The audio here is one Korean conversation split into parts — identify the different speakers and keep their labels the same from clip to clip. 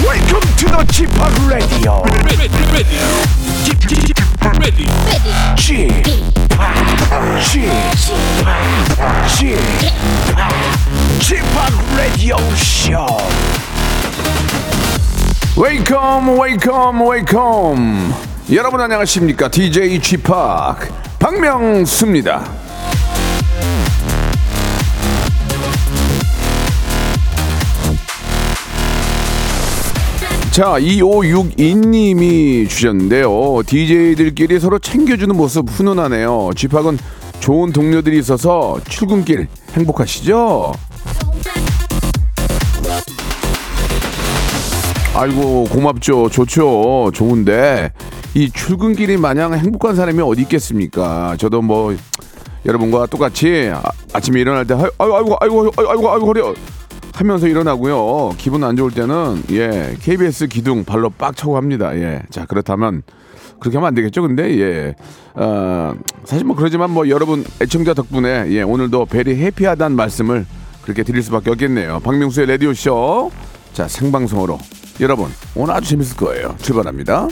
Speaker 1: Welcome to the g p o p Radio.
Speaker 2: ready, ready, ready, ready.
Speaker 1: g p o p g p o p g p o p Radio Show. Welcome, welcome, welcome. 여러분 안녕하십니까? DJ g p o p 박명수입니다. 자, 2562님이 주셨는데요. DJ들끼리 서로 챙겨주는 모습 훈훈하네요. 집학은 좋은 동료들이 있어서 출근길 행복하시죠? 아이고, 고맙죠. 좋죠. 좋은데, 이 출근길이 마냥 행복한 사람이 어디 있겠습니까? 저도 뭐, 여러분과 똑같이 아, 아침에 일어날 때 아이고 아이고 아이고 아이고 아이고 아이고 허리 하면서 일어나고요. 기분 안 좋을 때는 예 KBS 기둥 발로 빡 차고 합니다. 예자 그렇다면 그렇게 하면 안 되겠죠. 근데 예 어, 사실 뭐 그러지만 뭐 여러분 애청자 덕분에 예 오늘도 베리 해피하다는 말씀을 그렇게 드릴 수밖에 없겠네요. 박명수의 라디오 쇼자 생방송으로 여러분 오늘 아주 재밌을 거예요. 출발합니다.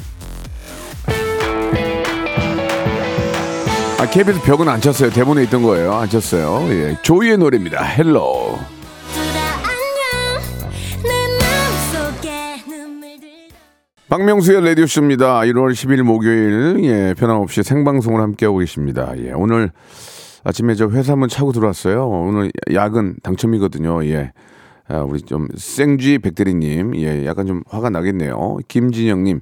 Speaker 1: 아, KBS 벽은 안 쳤어요. 대본에 있던 거예요. 안 쳤어요. 예. 조이의 노래입니다. 헬로. 박명수의 라디오쇼입니다. 1월 10일 목요일, 예, 변함없이 생방송을 함께하고 계십니다. 예, 오늘 아침에 저 회사 문 차고 들어왔어요. 오늘 야근 당첨이거든요. 예. 아, 우리 좀 생쥐 백대리님, 예, 약간 좀 화가 나겠네요. 김진영님,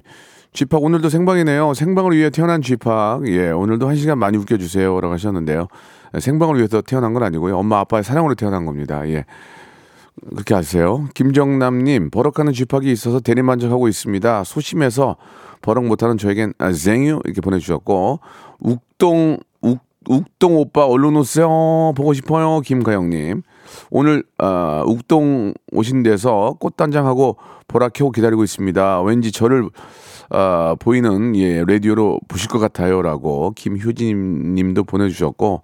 Speaker 1: 쥐팍 오늘도 생방이네요. 생방을 위해 태어난 쥐팍, 예, 오늘도 한 시간 많이 웃겨주세요라고 하셨는데요. 예, 생방을 위해서 태어난 건 아니고요. 엄마 아빠의 사랑으로 태어난 겁니다. 예, 그렇게 하세요. 김정남님 버럭하는 쥐팍이 있어서 대리 만족하고 있습니다. 소심해서 버럭 못하는 저에겐 아, 쟁유 이렇게 보내주셨고 욱동 욱, 욱동 오빠 얼른 오세요 보고 싶어요 김가영님 오늘 아, 욱동 오신 데서 꽃단장하고 보라 켜고 기다리고 있습니다. 왠지 저를 아, 보이는 예 라디오로 보실 것 같아요라고 김효진님도 보내주셨고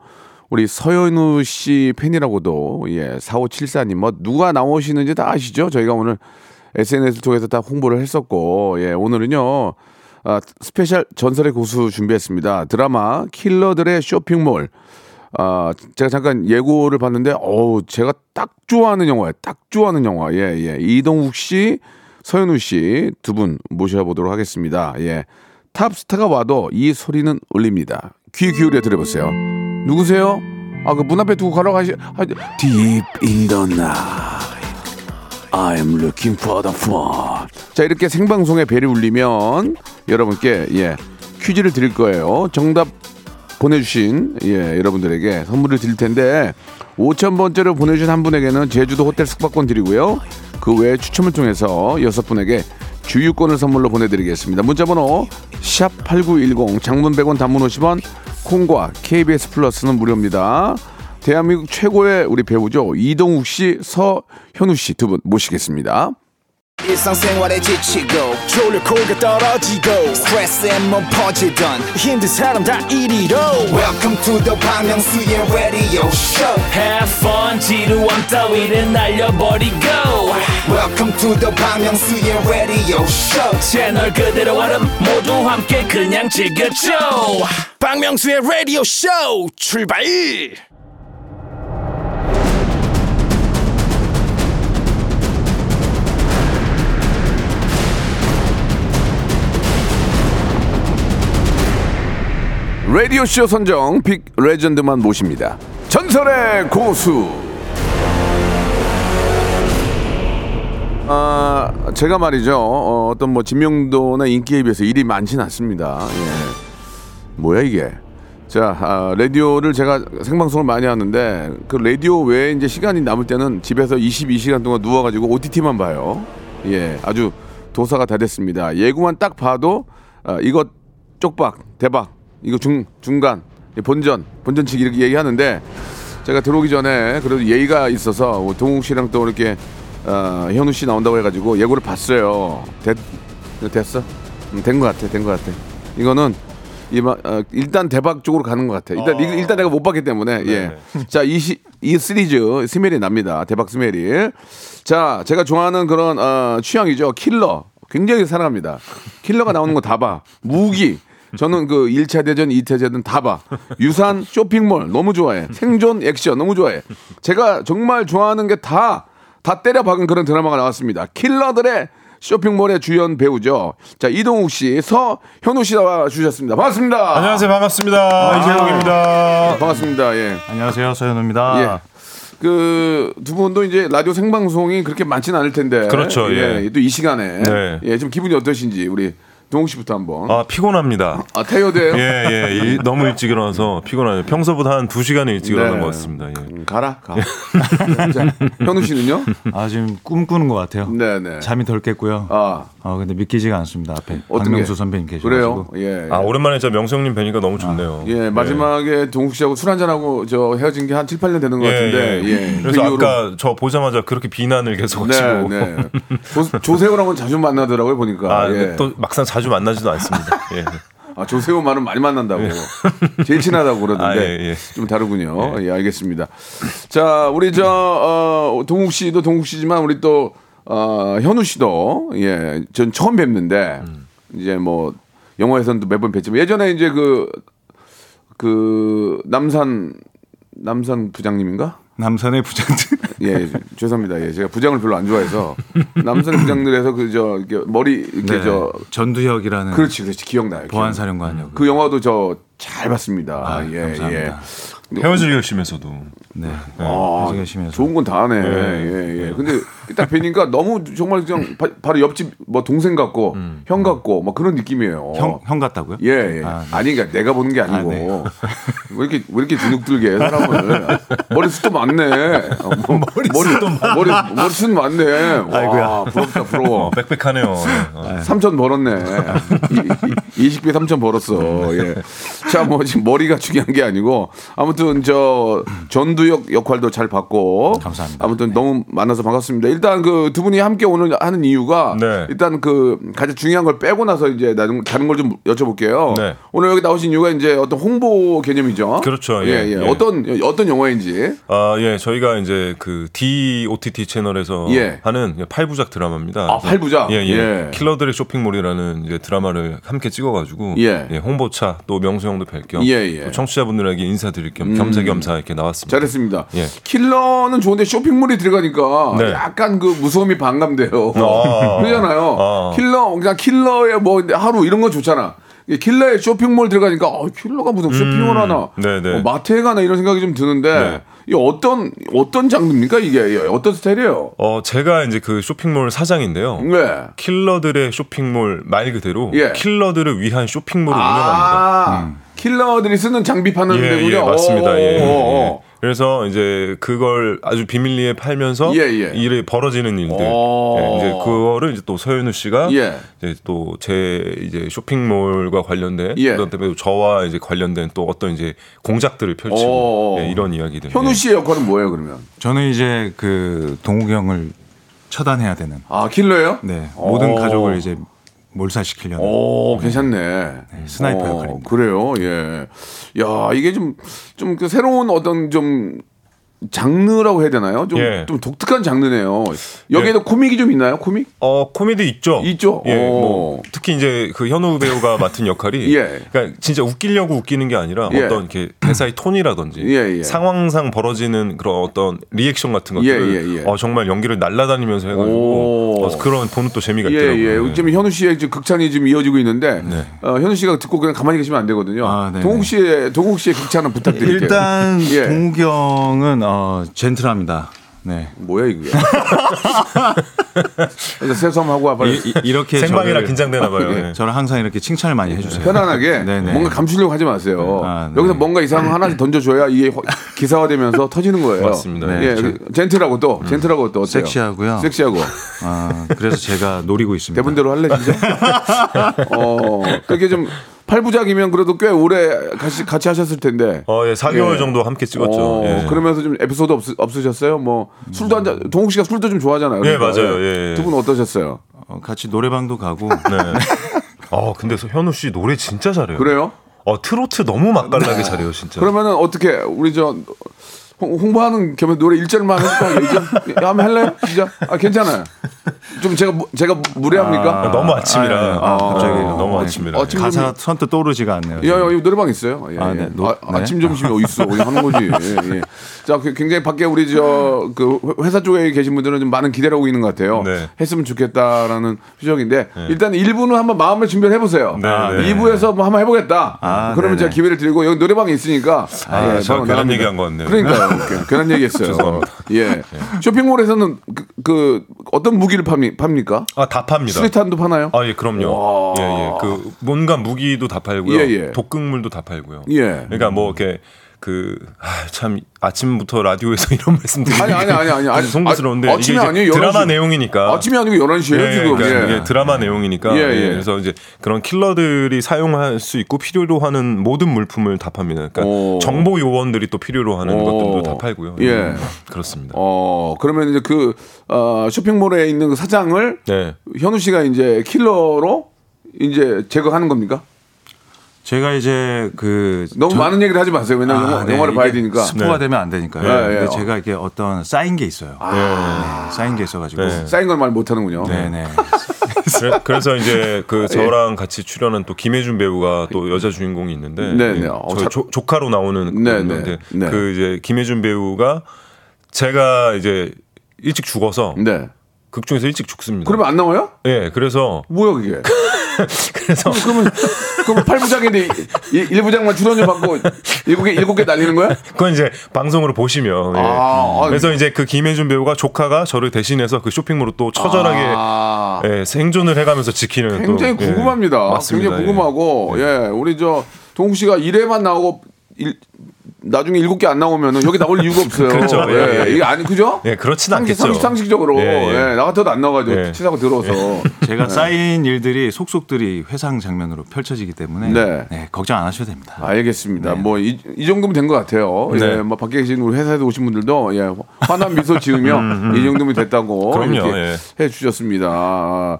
Speaker 1: 우리 서현우 씨 팬이라고도 예 4574님 뭐 누가 나오시는지 다 아시죠? 저희가 오늘 SNS 를 통해서 다 홍보를 했었고 예 오늘은요 아, 스페셜 전설의 고수 준비했습니다 드라마 킬러들의 쇼핑몰 아 제가 잠깐 예고를 봤는데 어우 제가 딱 좋아하는 영화예요 딱 좋아하는 영화 예예 이동욱 씨 서현우 씨 두 분 모셔보도록 하겠습니다 예 탑스타가 와도 이 소리는 울립니다 귀 기울여 들어보세요. 누구세요? 아 그 문 앞에 두고 가라고 하시 하, Deep in the night I'm looking for the phone 자 이렇게 생방송에 벨이 울리면 여러분께 예 퀴즈를 드릴 거예요 정답 보내주신 예 여러분들에게 선물을 드릴 텐데 5천 번째로 보내주신 한 분에게는 제주도 호텔 숙박권 드리고요 그 외에 추첨을 통해서 여섯 분에게 주유권을 선물로 보내드리겠습니다 문자번호 샵 #8910 장문 100원 단문 50원 콩과 KBS 플러스는 무료입니다. 대한민국 최고의 우리 배우죠. 이동욱 씨, 서현우 씨 두 분 모시겠습니다.
Speaker 3: 일상생활에 지치고, 졸려 코가 떨어지고, 스트레스에 몸 퍼지던, 힘든 사람 다 이리로. welcome to the Bang Myung-soo's radio show
Speaker 4: Have fun 지루함 따위를 날려버리고
Speaker 3: welcome to the Bang Myung-soo's radio show
Speaker 4: 채널 그대로 얼음 모두 함께 그냥 즐겨줘
Speaker 3: 박명수의 radio show 출발
Speaker 1: 라디오 쇼 선정 빅 레전드만 모십니다. 전설의 고수. 아, 제가 말이죠. 어, 어떤 뭐 진명도나 인기에 비해서 일이 많진 않습니다. 예. 뭐야 이게? 자, 아, 라디오를 제가 생방송을 많이 하는데 그 라디오 외에 이제 시간이 남을 때는 집에서 22시간 동안 누워가지고 OTT만 봐요. 예, 아주 도사가 다 됐습니다. 예고만 딱 봐도 아, 이거 쪽박 대박 이거 중 중간 이 본전 본전치기 이렇게 얘기하는데 제가 들어오기 전에 그래도 예의가 있어서 뭐 동욱 씨랑 또 이렇게 어, 현우 씨 나온다고 해가지고 음, 예고를 봤어요. 됐 됐어? 된 것 같아, 된 것 같아. 이거는 이마, 어, 일단 대박 쪽으로 가는 것 같아. 일단 일- 일단 내가 못 봤기 때문에 예. 자, 이, 시, 이 시리즈 스멜이 납니다. 대박 스멜이. 자, 제가 좋아하는 그런 어, 취향이죠. 킬러. 굉장히 사랑합니다. 킬러가 나오는 거 다 봐. 무기. 저는 그 1차 대전, 2차 대전 다 봐. 유산, 쇼핑몰 너무 좋아해. 생존, 액션 너무 좋아해. 제가 정말 좋아하는 게 다, 다 때려 박은 그런 드라마가 나왔습니다. 킬러들의 쇼핑몰의 주연 배우죠. 자, 이동욱 씨, 서현우 씨와 주셨습니다. 반갑습니다.
Speaker 5: 안녕하세요 반갑습니다 이재욱입니다.
Speaker 1: 반갑습니다. 예.
Speaker 5: 아, 안녕하세요 서현우입니다.
Speaker 1: 예. 그 두 분도 이제 라디오 생방송이 그렇게 많지는 않을 텐데.
Speaker 5: 그렇죠, 예.
Speaker 1: 또 이 시간에
Speaker 5: 네.
Speaker 1: 예, 좀 기분이 어떠신지 우리 동욱 씨부터 한번. 아,
Speaker 5: 아 피곤합니다.
Speaker 1: 태요대요.
Speaker 5: 예, 예. 일- 너무 일찍 일어나서 피곤하네요. 평소보다 한 2시간 일찍 일어나는
Speaker 1: 네.
Speaker 5: 것 같습니다. 예.
Speaker 1: 가라. 가. 자, 현우 씨는요?
Speaker 6: 아 지금 꿈꾸는 것 같아요.
Speaker 1: 네, 네.
Speaker 6: 잠이 덜 깼고요. 아
Speaker 1: 아,
Speaker 6: 근데 믿기지가 않습니다. 앞에
Speaker 1: 어떤
Speaker 6: 박명수
Speaker 1: 게?
Speaker 6: 선배님 계셔가지고.
Speaker 1: 그래요? 예.
Speaker 5: 아, 오랜만에 저 명성님 뵈니까 너무 좋네요.
Speaker 1: 예, 마지막에 동욱 씨하고 술 한잔하고 저 헤어진 게 한 7, 8년 되는 것
Speaker 5: 예,
Speaker 1: 같은데.
Speaker 5: 예.
Speaker 1: 예.
Speaker 5: 그래서
Speaker 1: 그 이후로-
Speaker 5: 아까 저 보자마자 그렇게 비난을 계속
Speaker 1: 네,
Speaker 5: 하시고.
Speaker 1: 네. 조, 조세호랑은 자주 만나더라고요, 보니까.
Speaker 5: 아, 근데
Speaker 1: 예.
Speaker 5: 또 막상 자주 만나지도 않습니다. 예.
Speaker 1: 아, 조세호 말은 많이 만난다고. 제일 친하다고 그러던데.
Speaker 5: 아, 예, 예.
Speaker 1: 좀 다르군요. 예, 알겠습니다. 자, 우리 저, 어, 동욱 씨도 동욱 씨지만 우리 또, 어, 현우 씨도, 예, 전 처음 뵙는데, 이제 뭐, 영화에서도 몇 번 뵀지만 예전에 이제 그, 그, 남산, 남산 부장님인가?
Speaker 6: 남산의 부장들.
Speaker 1: 예, 예, 죄송합니다. 예, 제가 부장을 별로 안 좋아해서 남산 부장들에서 그저 머리 이렇게 저
Speaker 6: 전두혁이라는
Speaker 1: 그렇지, 그렇지 기억나요. 기억나요.
Speaker 6: 네. 보안사령관이요.
Speaker 1: 그렇죠. 그 영화도 저 잘 봤습니다. 예,
Speaker 6: 아, 감사합니다.
Speaker 1: 예.
Speaker 5: 헤어질 결심에서도.
Speaker 6: 네.
Speaker 1: 아,
Speaker 6: 아주 열심히 해서.
Speaker 1: 좋은 건 다 하네. 예, 예. 근데 딱 뵈니까 너무 정말 그냥 바, 로 옆집 뭐 동생 같고 형 같고 막 그런 느낌이에요.
Speaker 6: 음, 형, 형 같다고요?
Speaker 1: 예, 예.
Speaker 6: 아, 네.
Speaker 1: 아, 니 그러니까 내가 보는 게 아니고
Speaker 6: 네.
Speaker 1: 왜 이렇게 왜 이렇게 주눅들게 해, 사람을 머리 숱도 많네. 어, 뭐, 머리 숱도 머리 머리 숱 많네. 와, 부럽다 부러워.
Speaker 5: 어, 빽빽하네요. 예. 어.
Speaker 1: 3천 벌었네. 이- 이- 이식비 3천 벌었어. 예. 자, 뭐 지금 머리가 중요한 게 아니고 아무튼 저 전두혁 역할도 잘 받고
Speaker 6: 감사합니다.
Speaker 1: 아무튼
Speaker 5: 네.
Speaker 1: 너무 만나서 반갑습니다. 일단 그 두 분이 함께 오늘 하는 이유가
Speaker 5: 네.
Speaker 1: 일단 그 가장 중요한 걸 빼고 나서 이제 나중 다른 걸 좀 여쭤볼게요.
Speaker 5: 네.
Speaker 1: 오늘 여기 나오신 이유가 이제 어떤 홍보 개념이죠.
Speaker 5: 그렇죠.
Speaker 1: 예,
Speaker 5: 예,
Speaker 1: 예.
Speaker 5: 예.
Speaker 1: 어떤 어떤 영화인지.
Speaker 5: 아, 예. 저희가 이제 그 DOTT 채널에서
Speaker 1: 예.
Speaker 5: 하는 8부작 드라마입니다.
Speaker 1: 아, 팔부작?
Speaker 5: 예, 예.
Speaker 1: 예.
Speaker 5: 킬러들의 쇼핑몰이라는 이제 드라마를 함께 찍어가지고
Speaker 1: 예.
Speaker 5: 예. 홍보차 또 명수 형도 뵐겸
Speaker 1: 예, 예.
Speaker 5: 또 청취자분들에게 인사드릴 겸 겸사겸사 이렇게 나왔습니다.
Speaker 1: 잘했습니다.
Speaker 5: 예.
Speaker 1: 킬러는 좋은데 쇼핑몰이 들어가니까
Speaker 5: 네.
Speaker 1: 약간 그 무서움이 반감돼요.
Speaker 5: 아.
Speaker 1: 그러잖아요.
Speaker 5: 아.
Speaker 1: 킬러 그냥 킬러의 뭐 하루 이런 건 좋잖아. 이 킬러의 쇼핑몰 들어가니까 어, 킬러가 무슨 쇼핑몰 하나,
Speaker 5: 음. 네네.
Speaker 1: 어, 마트에 가나 이런 생각이 좀 드는데
Speaker 5: 네.
Speaker 1: 이 어떤 어떤 장르입니까 이게 예, 어떤 스타일이에요?
Speaker 5: 어, 제가 이제 그 쇼핑몰 사장인데요.
Speaker 1: 네.
Speaker 5: 킬러들의 쇼핑몰 말 그대로
Speaker 1: 예.
Speaker 5: 킬러들을 위한 쇼핑몰을 운영합니다. 음.
Speaker 1: 아 킬러들이 쓰는 장비 파는
Speaker 5: 예,
Speaker 1: 데군요. 어,
Speaker 5: 예, 맞습니다. 예, 예.
Speaker 1: 오,
Speaker 5: 그래서 이제 그걸 아주 비밀리에 팔면서
Speaker 1: 예, 예.
Speaker 5: 일이 벌어지는 일들.
Speaker 1: 오.
Speaker 5: 예, 이제 그거를 이제 또 서현우 씨가
Speaker 1: 예.
Speaker 5: 이제 또 제 이제 쇼핑몰과 관련된
Speaker 1: 예.
Speaker 5: 그런 때문에 저와 이제 관련된 또 어떤 이제 공작들을
Speaker 1: 오.
Speaker 5: 펼치고 예, 이런 이야기들.
Speaker 1: 현우
Speaker 5: 예.
Speaker 1: 씨의 역할은 뭐예요 그러면?
Speaker 6: 저는 이제 그 동욱이 형을 처단해야 되는
Speaker 1: 아 킬러예요?
Speaker 6: 네.
Speaker 1: 오.
Speaker 6: 모든 가족을 이제 몰살시키려는
Speaker 1: 오, 괜찮네.
Speaker 6: 스나이퍼
Speaker 1: 어,
Speaker 6: 역할입니다.
Speaker 1: 그래요, 예. 야, 이게 좀, 좀 그 새로운 어떤 좀 장르라고 해야 되나요? 좀,
Speaker 5: 예.
Speaker 1: 좀 독특한 장르네요.
Speaker 6: 예.
Speaker 1: 여기에도 코믹이 좀 있나요? 코믹?
Speaker 5: 어 코미디 있죠.
Speaker 1: 있죠?
Speaker 5: 예,
Speaker 1: 오.
Speaker 5: 뭐 특히 이제 그 현우 배우가 맡은 역할이,
Speaker 1: 예.
Speaker 5: 그러니까 진짜 웃기려고 웃기는 게 아니라
Speaker 1: 예.
Speaker 5: 어떤 이렇게 대사의 톤이라든지
Speaker 1: 예, 예.
Speaker 5: 상황상 벌어지는 그런 어떤 리액션 같은
Speaker 1: 예,
Speaker 5: 것들을
Speaker 1: 예, 예.
Speaker 5: 어, 정말 연기를 날아다니면서 해가지고
Speaker 1: 오.
Speaker 5: 어, 그런 보는 또 재미가
Speaker 1: 예,
Speaker 5: 있더라고요.
Speaker 1: 예.
Speaker 5: 예.
Speaker 1: 지금 현우 씨의 지금 극찬이 지금 이어지고 있는데,
Speaker 5: 네.
Speaker 1: 어, 현우 씨가 듣고 그냥 가만히 계시면 안 되거든요.
Speaker 6: 아, 네네.
Speaker 1: 동욱 씨의, 동욱 씨의 극찬 은 부탁드릴게요.
Speaker 6: 일단
Speaker 1: 예.
Speaker 6: 동욱이 형은 어, 젠틀합니다. 네.
Speaker 1: 뭐야, 이게. 그러니까 그래서 세수하고 와봐.
Speaker 6: 이, 이, 렇게
Speaker 5: 생방이라 긴장되나 봐요. 예.
Speaker 6: 저를 항상 이렇게 칭찬을 많이 해주세요.
Speaker 1: 편안하게
Speaker 6: 네네.
Speaker 1: 뭔가 감추려고 하지 마세요.
Speaker 6: 아, 네.
Speaker 1: 여기서 뭔가 이상한 거 하나씩 던져줘야 이게 화- 기사화되면서 터지는 거예요.
Speaker 5: 맞습니다. 네, 음.
Speaker 1: 예, 젠틀하고 또 젠틀하고 또 어때요?
Speaker 6: 섹시하고요.
Speaker 1: 섹시하고
Speaker 6: 아, 그래서 제가 노리고 있습니다.
Speaker 1: 대본대로 할래 진짜. 어, 그게 좀 팔부작이면 그래도 꽤 오래 같이 같이 하셨을 텐데.
Speaker 5: 어, 예, 4개월
Speaker 1: 예.
Speaker 5: 정도 함께 찍었죠.
Speaker 1: 어,
Speaker 5: 예.
Speaker 1: 그러면서 좀 에피소드 없, 없으셨어요? 뭐 술도 한잔 동욱 씨가 술도 좀 좋아하잖아요. 그러니까.
Speaker 5: 예, 맞아요. 예, 예.
Speaker 1: 두 분 어떠셨어요?
Speaker 6: 어, 같이 노래방도 가고
Speaker 5: 네. 어, 근데 서- 현우 씨 노래 진짜 잘해요.
Speaker 1: 그래요? 네.
Speaker 5: 어 트로트 너무 맛깔나게 잘해요 진짜.
Speaker 1: 그러면은 어떻게 우리 저 홍, 홍보하는 겸에 노래 일절만 해볼까요? 일절? 야, 예, 한번 할래요? 진짜? 아 괜찮아요. 좀 제가 무- 제가 무례합니까?
Speaker 5: 아, 너무 아침이라.
Speaker 6: 아, 예, 예. 아,
Speaker 5: 어,
Speaker 6: 갑자기.
Speaker 5: 너무
Speaker 6: 네.
Speaker 5: 아침이라.
Speaker 1: 어, 지금
Speaker 6: 가사 선뜻 떠오르지가 않네요.
Speaker 1: 야, 야, 예, 이 노래방 있어요? 예,
Speaker 6: 아,
Speaker 1: 예.
Speaker 6: 네, 노-
Speaker 1: 아,
Speaker 6: 네.
Speaker 1: 아침 점심이 어디 있어? 어디 하는 거지? 예, 예. 자, 그 굉장히 밖에 우리 저 그 회사 쪽에 계신 분들은 좀 많은 기대를 하고 있는 것 같아요.
Speaker 5: 네.
Speaker 1: 했으면 좋겠다라는 표정인데 일단 1부는 한번 마음을 준비를 해보세요.
Speaker 5: 네, 네.
Speaker 1: 2부에서 뭐 한번 해보겠다.
Speaker 6: 아,
Speaker 1: 그러면
Speaker 6: 네네. 예,
Speaker 1: 제가 기회를 드리고 여기 노래방이 있으니까.
Speaker 5: 아,
Speaker 1: 바로
Speaker 5: 제가 괜한
Speaker 1: 나갑니다.
Speaker 5: 얘기한 것 같네요. 네.
Speaker 1: 그러니까요. 괜- 괜한 얘기했어요. 예. 쇼핑몰에서는 그, 그 어떤 무기를 팝니, 팝니까?
Speaker 5: 아 다 팝니다.
Speaker 1: 수리탄도 파나요?
Speaker 5: 아, 예, 그럼요. 예, 예. 그 뭔가 무기도 다 팔고요.
Speaker 1: 예, 예.
Speaker 5: 독극물도 다 팔고요.
Speaker 1: 예.
Speaker 5: 그러니까 뭐 이렇게 그, 아, 그참 아침부터 라디오에서 이런 말씀 드리는
Speaker 1: 아니, 아니, 아니, 아니. 아니,
Speaker 5: 송구스러운데
Speaker 1: 아,
Speaker 5: 이게
Speaker 1: 아침이
Speaker 5: 이제
Speaker 1: 아니에요,
Speaker 5: 드라마
Speaker 1: 11시.
Speaker 5: 내용이니까
Speaker 1: 아침이 아니고 11시에요,
Speaker 5: 예,
Speaker 1: 지금.
Speaker 5: 그러니까
Speaker 1: 예.
Speaker 5: 이게 드라마 내용이니까
Speaker 1: 예,
Speaker 5: 예,
Speaker 1: 예.
Speaker 5: 그래서 이제 그런 킬러들이 사용할 수 있고 필요로 하는 모든 물품을 다 팝니다. 그러니까
Speaker 1: 오.
Speaker 5: 정보 요원들이 또 필요로 하는
Speaker 1: 오.
Speaker 5: 것들도 다 팔고요. 음,
Speaker 1: 예.
Speaker 5: 그렇습니다.
Speaker 1: 어 그러면 이제 그 어, 쇼핑몰에 있는 그 사장을
Speaker 5: 네.
Speaker 1: 현우 씨가 이제 킬러로 이제 제거하는 겁니까?
Speaker 6: 제가 이제 그
Speaker 1: 너무
Speaker 6: 전-
Speaker 1: 많은 얘기를 하지 마세요. 왜냐면 영화,
Speaker 6: 네.
Speaker 1: 영화를 봐야
Speaker 6: 이게
Speaker 1: 되니까.
Speaker 6: 스포가
Speaker 5: 네.
Speaker 6: 되면 안 되니까요.
Speaker 1: 예, 아. 예.
Speaker 6: 근데 제가 이게 어떤 쌓인 게 있어요. 네, 쌓인 게 있어가지고.
Speaker 5: 네.
Speaker 1: 쌓인 걸 말 못하는군요.
Speaker 6: 네네.
Speaker 5: 그래- 그래서 이제
Speaker 1: 아, 예.
Speaker 5: 그 저랑 같이 출연한 또 김혜준 배우가 또 여자 주인공이 있는데
Speaker 1: 네, 네.
Speaker 5: 예,
Speaker 1: 어,
Speaker 5: 저희
Speaker 1: 자-
Speaker 5: 조, 조카로 나오는
Speaker 1: 네,
Speaker 5: 분인데
Speaker 1: 네, 네.
Speaker 5: 그 이제 김혜준 배우가 제가 이제 일찍 죽어서
Speaker 1: 네.
Speaker 5: 극 중에서 일찍 죽습니다.
Speaker 1: 그러면 안 나와요?
Speaker 5: 예, 그래서
Speaker 1: 뭐야 그게?
Speaker 5: 그래서
Speaker 1: 그러면 그러면 팔부작인데 일부작만 출연료 받고 일곱 개 일곱 개 날리는 거야?
Speaker 5: 그건 이제 방송으로 보시면 예.
Speaker 1: 아, 아,
Speaker 5: 그래서 이제 그 김혜준 배우가 조카가 저를 대신해서 그 쇼핑몰로 또 처절하게
Speaker 1: 아,
Speaker 5: 예, 생존을 해가면서 지키는 또,
Speaker 1: 굉장히
Speaker 5: 예,
Speaker 1: 궁금합니다.
Speaker 5: 맞습니다.
Speaker 1: 굉장히
Speaker 5: 예.
Speaker 1: 궁금하고 예, 우리 저 동욱 씨가 1회만 나오고 일- 나중에 일곱 개 안 나오면은 여기 나올 이유가 없어요.
Speaker 5: 그렇죠.
Speaker 1: 예,
Speaker 5: 예, 예.
Speaker 1: 이게 아니 그죠?
Speaker 5: 예, 그렇진
Speaker 1: 상식,
Speaker 5: 않겠죠.
Speaker 1: 상식, 상식적으로
Speaker 5: 예, 예.
Speaker 1: 예, 나 같아도 안 나와가지고
Speaker 5: 예.
Speaker 1: 치사고 들어서
Speaker 6: 제가
Speaker 1: 네.
Speaker 6: 쌓인 일들이 속속들이 회상 장면으로 펼쳐지기 때문에
Speaker 1: 네.
Speaker 6: 네. 걱정 안 하셔도 됩니다.
Speaker 1: 알겠습니다. 뭐 이 정도면 된 것 같아요. 예,
Speaker 5: 네.
Speaker 1: 뭐 밖에 계신 우리 회사에서 오신 분들도 예, 환한 미소 지으며 이 정도면 됐다고
Speaker 5: 음, 그럼요,
Speaker 1: 이렇게
Speaker 5: 예.
Speaker 1: 해주셨습니다. 아,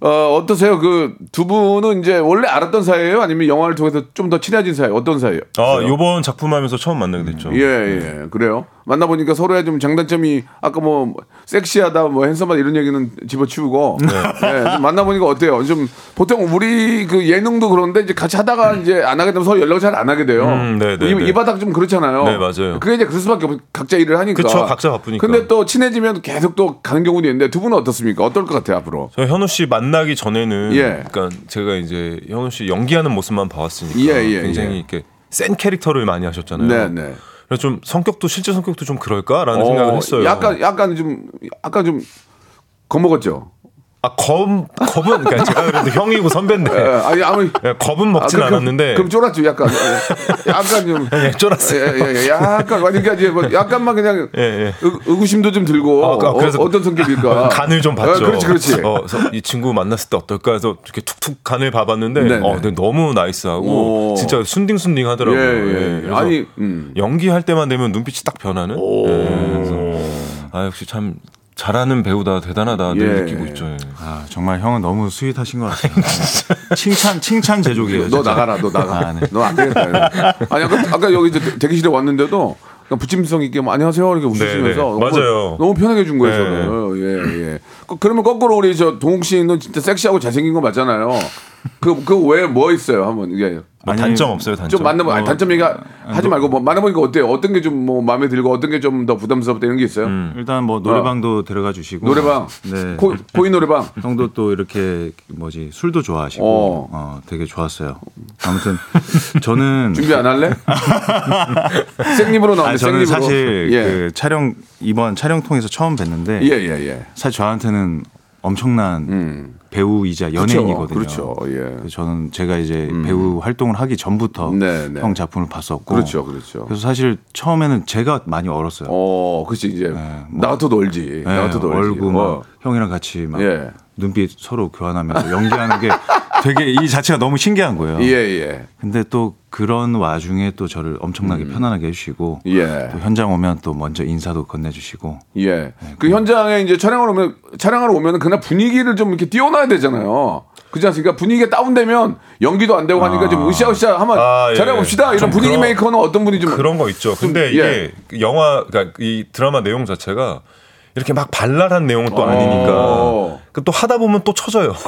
Speaker 1: 어, 어떠세요? 그 두 분은 이제 원래 알았던 사이예요? 아니면 영화를 통해서 좀 더 친해진 사이? 어떤 사이예요?
Speaker 5: 아, 요번 작품 하면서 처음 만나게 됐죠.
Speaker 1: 예, 예, 그래요. 만나보니까 서로의 좀 장단점이 아까 뭐 섹시하다, 뭐 핸섬하다 이런 얘기는 집어치우고
Speaker 5: 네.
Speaker 1: 예, 좀 만나보니까 어때요? 좀 보통 우리 그 예능도 그런데 이제 같이 하다가 이제 안 하게 되면 서로 연락을 잘 안 하게 돼요.
Speaker 5: 음, 네, 네,
Speaker 1: 이,
Speaker 5: 네.
Speaker 1: 이 바닥 좀 그렇잖아요.
Speaker 5: 네, 맞아요.
Speaker 1: 그게 이제 그럴 수밖에 없 각자 일을 하니까.
Speaker 5: 그쵸, 각자 바쁘니까.
Speaker 1: 근데 또 친해지면 계속 또 가는 경우도 있는데 두 분은 어떻습니까? 어떨 것 같아요 앞으로?
Speaker 5: 저 현우 씨 만나기 전에는
Speaker 1: 예.
Speaker 5: 그러니까 제가 이제 현우 씨 연기하는 모습만 봐왔으니까
Speaker 1: 예, 예,
Speaker 5: 굉장히
Speaker 1: 예.
Speaker 5: 이렇게 센 캐릭터를 많이 하셨잖아요.
Speaker 1: 네, 네.
Speaker 5: 그래서 좀 성격도 실제 성격도 좀 그럴까라는
Speaker 1: 어,
Speaker 5: 생각을 했어요.
Speaker 1: 약간, 약간 좀, 약간 좀 겁먹었죠.
Speaker 5: 아, 겁 겁은 그러니까 제가 그래도 형이고 선배인데
Speaker 1: 예, 아니 아무리
Speaker 5: 예, 겁은 먹진
Speaker 1: 그럼-
Speaker 5: 않았는데
Speaker 1: 그럼 쫄았죠 약간 예, 약간 좀
Speaker 5: 예, 쫄았어요.
Speaker 1: 예, 예, 예, 약간 완전 그러니까 이제 뭐 약간만 그냥
Speaker 5: 예, 예.
Speaker 1: 의- 의구심도 좀 들고
Speaker 5: 아, 아, 그래서
Speaker 1: 어, 떤 성격일까
Speaker 5: 간을 좀 봤죠.
Speaker 1: 예, 그렇지 그렇지
Speaker 5: 어, 그래서 이 친구 만났을 때 어떨까 해서 이렇게 툭툭 간을 봐봤는데
Speaker 1: 네, 네.
Speaker 5: 어, 근데 너무 나이스하고
Speaker 1: 오.
Speaker 5: 진짜 순딩순딩 하더라고요.
Speaker 1: 예, 예.
Speaker 5: 그래서
Speaker 1: 아니, 음.
Speaker 5: 연기할 때만 되면 눈빛이 딱 변하는. 예, 그래서 아 역시 참 잘하는 배우다 대단하다 늘
Speaker 1: 예.
Speaker 5: 느끼고 있죠. 예.
Speaker 6: 아, 정말 형은 너무 스윗하신 것 같아요. 네. 칭찬 칭찬 제조기예요.
Speaker 1: 너
Speaker 5: 그렇죠.
Speaker 6: 진짜.
Speaker 1: 나가라 너 나가
Speaker 6: 아, 네.
Speaker 1: 너 안 되겠다 이거. 아니 아까, 아까 여기 이제 대- 대기실에 왔는데도 약간 부침성 있게 뭐, 안녕하세요 이렇게 웃으시면서
Speaker 5: 네, 네.
Speaker 1: 너무,
Speaker 5: 맞아요.
Speaker 1: 너무 편하게 준 거예요
Speaker 5: 네.
Speaker 1: 저는 예예 그러면 거꾸로 우리 저 동욱 씨는 진짜 섹시하고 잘생긴 거 맞잖아요 그그 외에 뭐 있어요 한번 이게
Speaker 5: 뭐
Speaker 6: 아니,
Speaker 5: 단점 없어요 단점.
Speaker 1: 좀 만나보 아니, 단점 얘기 하지 말고 뭐 만나보니까 어때요? 어떤 게 좀 뭐 마음에 들고 어떤 게 좀 더 부담스럽다 이런 게 있어요?
Speaker 6: 일단 뭐 노래방도 데려가 주시고
Speaker 1: 음. 아. 노래방
Speaker 6: 네.
Speaker 1: 코, 코인 노래방
Speaker 6: 형도 또 이렇게 뭐지 술도 좋아하시고
Speaker 1: 어.
Speaker 6: 어. 되게 좋았어요. 아무튼 저는
Speaker 1: 준비 안 할래? 생립으로 나오는
Speaker 6: 아니,
Speaker 1: 생립으로
Speaker 6: 저는 사실
Speaker 1: 예예예
Speaker 6: 그 촬영 이번 촬영 통해서 처음 뵀는데
Speaker 1: 예, 예, 예.
Speaker 6: 사실 저한테는 엄청난 배우이자
Speaker 1: 음. 그렇죠,
Speaker 6: 연예인이거든요.
Speaker 1: 그렇죠, 예. 음.
Speaker 6: 그래서 저는 제가 이제 배우 활동을 하기 전부터
Speaker 1: 네, 네.
Speaker 6: 형 작품을 봤었고
Speaker 1: 그렇죠 그렇죠.
Speaker 6: 그래서 사실 처음에는 제가 많이 얼었어요.
Speaker 1: 어 그렇지 이제
Speaker 6: 뭐.
Speaker 1: 나 같아도 얼지
Speaker 6: 예,
Speaker 1: 나 같아도 얼지
Speaker 6: 얼고 막
Speaker 1: 어.
Speaker 6: 형이랑 같이 막
Speaker 1: 예.
Speaker 6: 눈빛 서로 교환하면서 연기하는 게 되게 이 자체가 너무 신기한 거예요.
Speaker 1: 예예
Speaker 6: 근데 또 그런 와중에 또 저를 엄청나게 편안하게 해주시고
Speaker 1: 음. 예.
Speaker 6: 또 현장 오면 또 먼저 인사도 건네주시고
Speaker 1: 예. 그 현장에 이제 촬영을 오면 촬영하러 오면은 그날 분위기를 좀 이렇게 띄워놔야 되잖아요. 그지 않습니까? 분위기가 다운되면 연기도 안 되고 하니까 좀 으쌰으쌰 한번
Speaker 5: 아, 예.
Speaker 1: 잘해봅시다. 이런
Speaker 5: 좀
Speaker 1: 분위기
Speaker 5: 그런-
Speaker 1: 메이커는 어떤 분이 좀
Speaker 5: 그런 거 있죠. 근데
Speaker 1: 예.
Speaker 5: 이게 영화, 그러니까 이 드라마 내용 자체가 이렇게 막 발랄한 내용은 또
Speaker 1: 어.
Speaker 5: 아니니까. 그 또 하다 보면 또 쳐져요.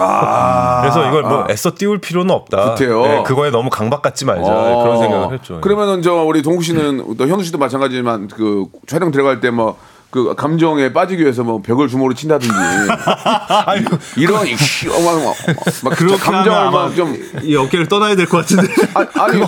Speaker 5: 그래서 이걸 뭐 애써 띄울 필요는 없다.
Speaker 1: 아. 그때요.
Speaker 5: 예, 그거에 너무 강박 갖지 말자.
Speaker 1: 어.
Speaker 5: 아, 그런 생각을 했죠. 예.
Speaker 1: 그러면은 저 우리 동국 씨는 또 현우 씨도 마찬가지지만 그 촬영 들어갈 때 뭐 그 감정에 빠지기 위해서 뭐 벽을 주먹으로 친다든지
Speaker 5: 아니,
Speaker 1: 이런 이- 막, 막, 막
Speaker 6: 그렇게
Speaker 1: 감정을
Speaker 6: 하면 아마
Speaker 1: 막좀
Speaker 6: 이 어깨를 떠나야 될 것 같은데.
Speaker 1: 아니 아니
Speaker 5: 예.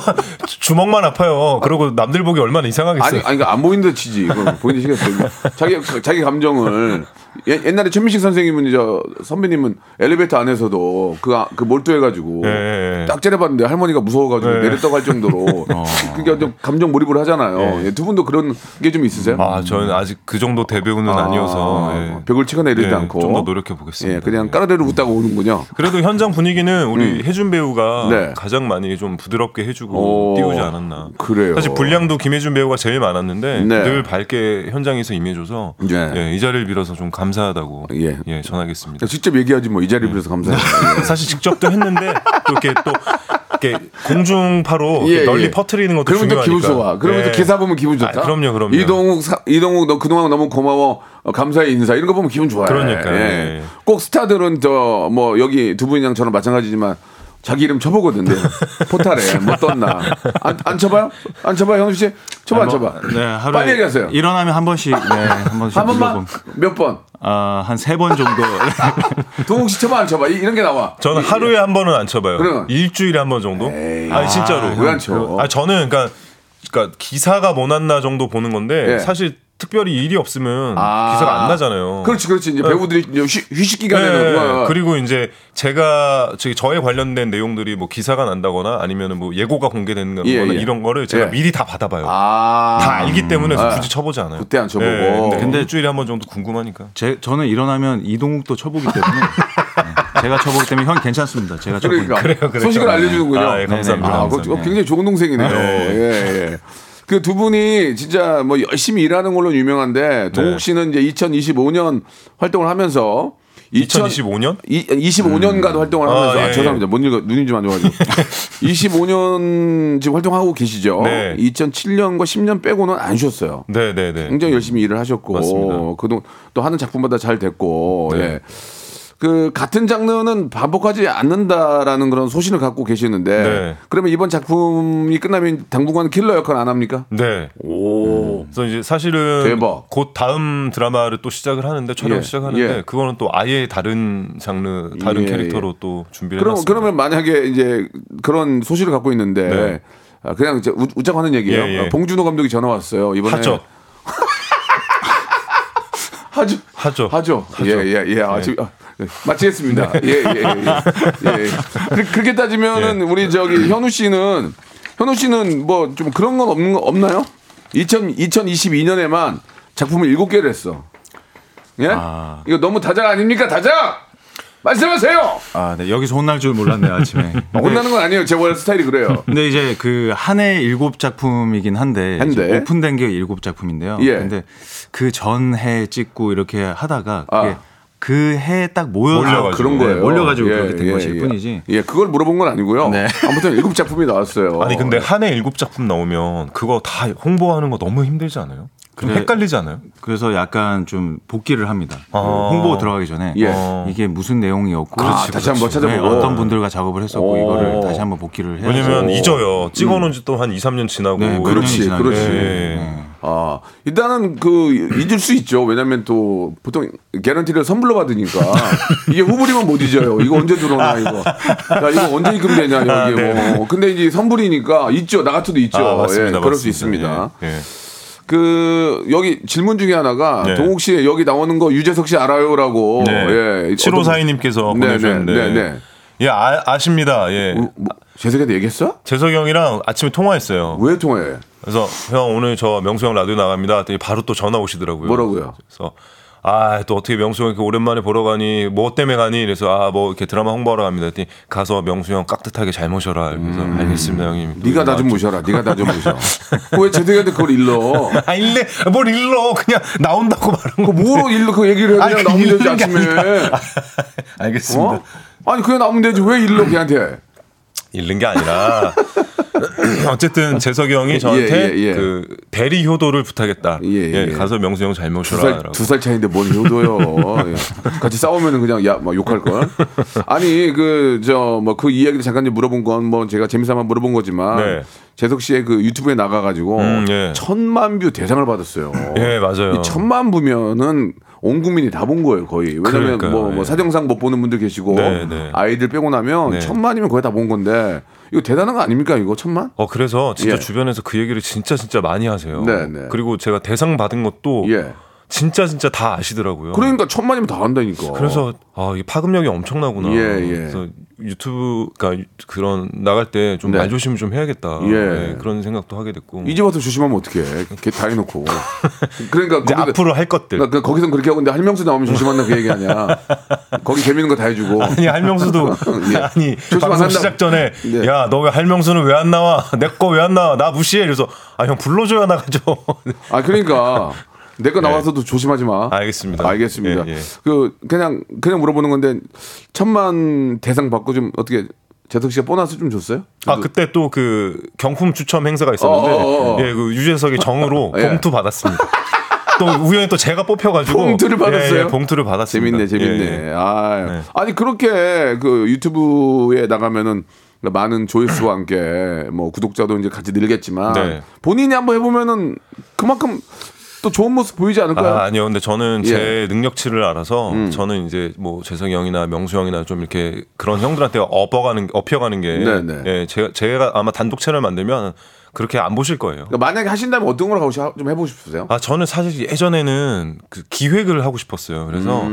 Speaker 5: 주먹만 아파요. 그러고 남들 보기 얼마나
Speaker 1: 아니
Speaker 5: 이상하겠어요.
Speaker 1: 아니 그러니까 안 보인다 치지 이건 보이시겠어요 자기 자기 감정을 예- 옛날에 천민식 선생님은 저 선배님은 엘리베이터 안에서도 그 그 몰두해가지고
Speaker 5: 예, 예.
Speaker 1: 딱 째려봤는데 할머니가 무서워가지고
Speaker 5: 예. 어.
Speaker 1: 내렸다고 할 정도로 그러니까 좀 감정 몰입을 하잖아요 예, 두 분도 그런 게 좀 있으세요?
Speaker 5: 아, 저는 아직 그 정도 대배우는
Speaker 1: 아,
Speaker 5: 아니어서 예.
Speaker 1: 벽을 치고 내리지
Speaker 5: 예,
Speaker 1: 않고
Speaker 5: 좀더 노력해 보겠습니다.
Speaker 1: 예, 그냥 까르르 웃다가 오는군요.
Speaker 5: 그래도 현장 분위기는 우리 혜준 배우가
Speaker 1: 네.
Speaker 5: 가장 많이 좀 부드럽게 해주고
Speaker 1: 오,
Speaker 5: 띄우지 않았나.
Speaker 1: 그래요.
Speaker 5: 사실 분량도 김혜준 배우가 제일 많았는데
Speaker 1: 네.
Speaker 5: 늘 밝게 현장에서 임해줘서
Speaker 1: 네.
Speaker 5: 예, 이 자리를 빌어서 좀 감사하다고
Speaker 1: 예.
Speaker 5: 예, 전하겠습니다.
Speaker 1: 그냥 직접 얘기하지 뭐 이 자리 빌어서 감사해요.
Speaker 5: 사실 직접도 했는데 또 이렇게 또 이렇게 공중파로
Speaker 1: 예,
Speaker 5: 이렇게 널리
Speaker 1: 예.
Speaker 5: 퍼뜨리는 것도
Speaker 1: 그러면 또
Speaker 5: 중요하니까.
Speaker 1: 기분 좋아. 그러면 또
Speaker 5: 예.
Speaker 1: 기사 보면 기분 좋다.
Speaker 5: 아, 그럼요, 그럼요.
Speaker 1: 이동욱 사- 이동욱 너 그동안 너무 고마워. 어, 감사의 인사 이런 거 보면 기분 좋아요.
Speaker 5: 그러니까요. 예.
Speaker 1: 꼭 스타들은 저 뭐 여기 두 분이랑 저랑 마찬가지지만 자기 이름 쳐보거든요. 포탈에 뭐 떴나 안, 안 쳐봐요? 안 쳐봐요, 형수 씨?
Speaker 5: 아,
Speaker 1: 쳐봐,
Speaker 5: 뭐,
Speaker 1: 안 쳐봐.
Speaker 6: 네, 하루에
Speaker 1: 아, 빨리 얘기하세요.
Speaker 6: 일어나면 한 번씩, 네, 한 번씩.
Speaker 1: 한 번만
Speaker 6: 눌러봄.
Speaker 1: 몇 번?
Speaker 6: 아, 한 세 번 정도.
Speaker 1: 동욱 씨 쳐봐, 안 쳐봐. 이- 이런 게 나와.
Speaker 5: 저는 하루에 한 번은 안 쳐봐요.
Speaker 1: 예. 그럼.
Speaker 5: 일주일에 한 번 정도? 아니 진짜로.
Speaker 1: 아, 왜안 쳐?
Speaker 5: 아 저는 그러니까 그러니까 기사가 뭐 났나 정도 보는 건데
Speaker 1: 예.
Speaker 5: 사실 특별히 일이 없으면
Speaker 1: 아.
Speaker 5: 기사가 안 나잖아요.
Speaker 1: 그렇지, 그렇지. 이제 배우들이 이제 휴, 휴식 기간에는
Speaker 5: 예,
Speaker 1: 뭐,
Speaker 5: 어. 그리고 이제 제가 저기 저에 관련된 내용들이 뭐 기사가 난다거나 아니면 뭐 예고가 공개되는 거나
Speaker 1: 예, 예.
Speaker 5: 이런 거를 제가
Speaker 1: 예.
Speaker 5: 미리 다 받아봐요.
Speaker 1: 아,
Speaker 5: 다 알기 때문에
Speaker 1: 아.
Speaker 5: 굳이 쳐보지 않아요. 네.
Speaker 1: 그때 안 쳐보고.
Speaker 5: 근데
Speaker 1: 근데
Speaker 5: 일주일에 한 번 정도 궁금하니까.
Speaker 6: 제, 저는 일어나면 이동욱도 쳐보기 때문에. 네, 제가 쳐보기 때문에 형 괜찮습니다. 제가 쳐보기
Speaker 1: 그러니까
Speaker 6: 때문에.
Speaker 5: 그래요.
Speaker 1: 소식을 알려주는군요.
Speaker 5: 아, 예, 감사합니다.
Speaker 1: 아, 그거
Speaker 5: 감사합니다.
Speaker 1: 굉장히 좋은 동생이네요.
Speaker 5: 네.
Speaker 1: 예, 예. 그 두 분이 진짜 뭐 열심히 일하는 걸로 유명한데
Speaker 5: 네.
Speaker 1: 동욱 씨는 이제 2025년 활동을 하면서
Speaker 5: 2025년?
Speaker 1: 25년간 활동을
Speaker 5: 아,
Speaker 1: 하면서 아,
Speaker 5: 예,
Speaker 1: 죄송합니다. 못 읽어 눈이 좀 안 좋아가지고 25년 지금 활동하고 계시죠.
Speaker 5: 네.
Speaker 1: 2007년과 10년 빼고는 안 쉬었어요.
Speaker 5: 네, 네, 네.
Speaker 1: 굉장히 열심히 일을 하셨고
Speaker 5: 맞습니다. 네.
Speaker 1: 그동 또 하는 작품마다 잘 됐고 예. 그 같은 장르는 반복하지 않는다라는 그런 소신을 갖고 계시는데
Speaker 5: 네.
Speaker 1: 그러면 이번 작품이 끝나면 당분간 킬러 역할 안 합니까?
Speaker 5: 네.
Speaker 1: 오.
Speaker 5: 그래서 이제 사실은
Speaker 1: 대박.
Speaker 5: 곧 다음 드라마를 또 시작을 하는데 촬영
Speaker 1: 예,
Speaker 5: 을 시작하는데
Speaker 1: 예.
Speaker 5: 그거는 또 아예 다른 장르 다른
Speaker 1: 예,
Speaker 5: 캐릭터로 또 준비를
Speaker 1: 그럼
Speaker 5: 해놨습니다.
Speaker 1: 그러면 만약에 이제 그런 소신을 갖고 있는데
Speaker 5: 네.
Speaker 1: 아, 그냥 이제 웃- 웃자고 하는 얘기예요.
Speaker 5: 예, 예.
Speaker 1: 아, 봉준호 감독이 전화 왔어요. 이번에
Speaker 5: 하죠.
Speaker 1: 하죠.
Speaker 6: 어.
Speaker 5: 하죠.
Speaker 1: 하죠. 예, 예, 예. 아,
Speaker 5: 예.
Speaker 1: 지금, 아, 네. 마치겠습니다. 예, 예, 예. 예. 예. 그, 그렇게
Speaker 6: 네.
Speaker 1: 따지면은 우리 저기 현우 씨는 현우 씨는 뭐 좀 그런 건 없는 거 없나요? 2000, 2022년에만 작품을 7개를 했어. 예? 이거 너무 다작 아닙니까? 다작! 말씀하세요!
Speaker 6: 아. 아, 네, 여기서 혼날 줄 몰랐네요, 아침에.
Speaker 1: 혼나는 건 아니에요. 제 원래 스타일이 그래요.
Speaker 6: 근데 이제 그 한 해 일곱 작품이긴 한데
Speaker 1: 한데.
Speaker 6: 이제 오픈된 게 일곱 작품인데요.
Speaker 1: 예.
Speaker 6: 근데 그 전해 찍고 이렇게 하다가 그게
Speaker 1: 아.
Speaker 6: 그 해에 딱 모여
Speaker 5: 몰려가지고.
Speaker 1: 그런
Speaker 6: 네,
Speaker 1: 거예요.
Speaker 6: 몰려가지고
Speaker 1: 예,
Speaker 6: 그렇게 된
Speaker 1: 예,
Speaker 6: 것일
Speaker 1: 예.
Speaker 6: 뿐이지.
Speaker 1: 예, 그걸 물어본 건 아니고요.
Speaker 6: 네.
Speaker 1: 아무튼 일곱 작품이 나왔어요.
Speaker 5: 아니 근데 한 해 일곱 작품 나오면 그거 다 홍보하는 거 너무 힘들지 않아요? 좀
Speaker 6: 그래.
Speaker 5: 헷갈리지 않아요?
Speaker 6: 그래서 약간 좀 복귀를 합니다. 그
Speaker 5: 아.
Speaker 6: 홍보 들어가기 전에
Speaker 1: 예.
Speaker 6: 이게 무슨 내용이었고 네,
Speaker 1: 아, 다시 한번 찾아보고.
Speaker 6: 어떤 분들과 작업을 했었고
Speaker 1: 오.
Speaker 6: 이거를 다시 한번 복귀를 해야
Speaker 5: 왜냐면 잊어요. 찍어놓은 지 또 한 2, 3년 지나고
Speaker 6: 네,
Speaker 1: 음. 그렇지,
Speaker 6: 몇년 지나면.
Speaker 1: 그렇지.
Speaker 5: 예.
Speaker 1: 아, 일단은 그 잊을 수 있죠. 왜냐면 또 보통 개런티를 선불로 받으니까 이게 후불이면 못 잊어요. 이거 언제
Speaker 5: 아.
Speaker 1: 들어오나 이거. 야, 이거 언제 입금되냐 여기. 뭐. 근데 이제 선불이니까 있죠. 나 같아도 있죠.
Speaker 5: 아, 맞습니다.
Speaker 1: 예, 그럴 수
Speaker 5: 맞습니다.
Speaker 1: 있습니다.
Speaker 5: 예, 예.
Speaker 1: 그 여기 질문 중에 하나가
Speaker 5: 네.
Speaker 1: 동욱 씨 여기 나오는 거 유재석 씨 알아요라고.
Speaker 5: 네.
Speaker 1: 예.
Speaker 5: 7542님께서
Speaker 1: 네,
Speaker 5: 보내주셨는데
Speaker 1: 네, 네, 네.
Speaker 5: 예 아, 아십니다. 예.
Speaker 1: 어, 뭐, 재석이한테 얘기했어?
Speaker 5: 재석이 형이랑 아침에 통화했어요.
Speaker 1: 왜 통화해?
Speaker 5: 그래서 형 오늘 저 명수 형 라디오 나갑니다. 했더니 바로 또 전화 오시더라고요.
Speaker 1: 뭐라고요?
Speaker 5: 그래서 아 또 어떻게 명수 형 이렇게 오랜만에 보러 가니 뭐 때문에 가니 그래서 아 뭐 이렇게 드라마 홍보하러 갑니다 했더니 가서 명수 형 깍듯하게 잘 모셔라 그래서 알겠습니다 형님
Speaker 1: 음.
Speaker 5: 그러니까
Speaker 1: 네가 나 좀 모셔라. 네가 나 좀 모셔. 왜 제대한테 그걸 일러?
Speaker 5: 아 일래 뭘 일러 그냥 나온다고 말한
Speaker 1: 그
Speaker 5: 거
Speaker 1: 뭐로 일러 그 얘기를 해 그냥
Speaker 5: 아니,
Speaker 1: 나오면 되지
Speaker 5: 일러는 게
Speaker 1: 아침에.
Speaker 5: 알겠습니다
Speaker 1: 어? 아니 그냥 나오면 되지 왜 일러 걔한테?
Speaker 5: 잃는 게 아니라 어쨌든 재석이 형이 저한테
Speaker 1: 예, 예.
Speaker 5: 그 대리 효도를 부탁했다.
Speaker 1: 예, 예.
Speaker 5: 예, 가서 명수 형 잘 모셔라라고.
Speaker 1: 두살두 살 차인데 뭔 효도요? 예. 같이 싸우면은 그냥 야막 뭐 욕할 걸. 아니 그 저 뭐 그 이야기를 잠깐 좀 물어본 건 뭐 제가 재미삼아 물어본 거지만
Speaker 5: 네.
Speaker 1: 재석 씨의 그 유튜브에 나가가지고
Speaker 5: 음, 예.
Speaker 1: 천만 뷰 대상을 받았어요.
Speaker 5: 예, 맞아요.
Speaker 1: 이 천만 부면은 온 국민이 다 본 거예요 거의 왜냐면
Speaker 5: 그러니까요,
Speaker 1: 뭐, 뭐
Speaker 5: 예.
Speaker 1: 사정상 못 보는 분들 계시고
Speaker 5: 네, 네.
Speaker 1: 아이들 빼고 나면
Speaker 5: 네.
Speaker 1: 천만이면 거의 다 본 건데 이거 대단한 거 아닙니까 이거 천만
Speaker 5: 어 그래서 진짜
Speaker 1: 예.
Speaker 5: 주변에서 그 얘기를 진짜 진짜 많이 하세요.
Speaker 1: 네, 네.
Speaker 5: 그리고 제가 대상 받은 것도
Speaker 1: 예.
Speaker 5: 진짜 진짜 다 아시더라고요.
Speaker 1: 그러니까 천만이면 다 한다니까
Speaker 5: 그래서 아, 이 파급력이 엄청나구나.
Speaker 1: 어. 예, 예.
Speaker 5: 그래서 유튜브 그러니까 유- 그런 나갈 때 좀
Speaker 1: 네.
Speaker 5: 말조심을 좀 해야겠다.
Speaker 1: 예.
Speaker 5: 예, 그런 생각도 하게 됐고.
Speaker 1: 이제 와서 조심하면 어떡해 걔다 해놓고 그러니까
Speaker 5: 이제
Speaker 1: 거기서-
Speaker 5: 앞으로 할 것들.
Speaker 1: 그러니까 그- 거기선 그렇게 하고 근데 할명수 나오면 조심한다 그 얘기 아니야 거기 재밌는 거 다 해주고
Speaker 5: 아니 할명수도
Speaker 1: 예.
Speaker 5: 아니
Speaker 1: 조심 안
Speaker 5: 방송
Speaker 1: 한다고.
Speaker 5: 시작 전에
Speaker 1: 네.
Speaker 5: 야 너 왜 할명수는 왜 안 나와 내 거 왜 안 나와 나 무시해 그래서 아 형 불러줘야 나가죠
Speaker 1: 아 그러니까 내 거 나와서도 조심하지 마.
Speaker 5: 예. 알겠습니다.
Speaker 1: 알겠습니다.
Speaker 5: 예, 예.
Speaker 1: 그 그냥 그냥 물어보는 건데 천만 대상 받고 좀 어떻게 재석 씨가 보너스 좀 줬어요?
Speaker 5: 아 그때 또 그 경품 추첨 행사가 있었는데
Speaker 1: 어, 어, 어.
Speaker 5: 예 그 유재석이 정으로
Speaker 1: 예.
Speaker 5: 봉투 받았습니다 또 우연히 또 제가 뽑혀가지고
Speaker 1: 봉투를 받았어요?
Speaker 5: 예, 예, 봉투를
Speaker 1: 재밌네,
Speaker 5: 받았습니다
Speaker 1: 재밌네.
Speaker 5: 예, 예.
Speaker 1: 아,
Speaker 5: 네.
Speaker 1: 아니 그렇게 그 유튜브에 나가면은 많은 조회수와 함께 뭐 구독자도 이제 같이 늘겠지만
Speaker 5: 네.
Speaker 1: 본인이 한번 해보면은 그만큼 또 좋은 모습 보이지 않을까요?
Speaker 5: 아, 아니요. 근데 저는
Speaker 1: 예.
Speaker 5: 제 능력치를 알아서
Speaker 1: 음.
Speaker 5: 저는 이제 뭐 재성이 형이나 명수 형이나 좀 이렇게 그런 형들한테 업어가는 업혀가는 게
Speaker 1: 네네.
Speaker 5: 예, 제가 제가 아마 단독 채널 만들면 그렇게 안 보실 거예요.
Speaker 1: 그러니까 만약에 하신다면 어떤 걸 하고 싶- 좀 해보고 싶으세요?
Speaker 5: 아 저는 사실 예전에는 그 기획을 하고 싶었어요. 그래서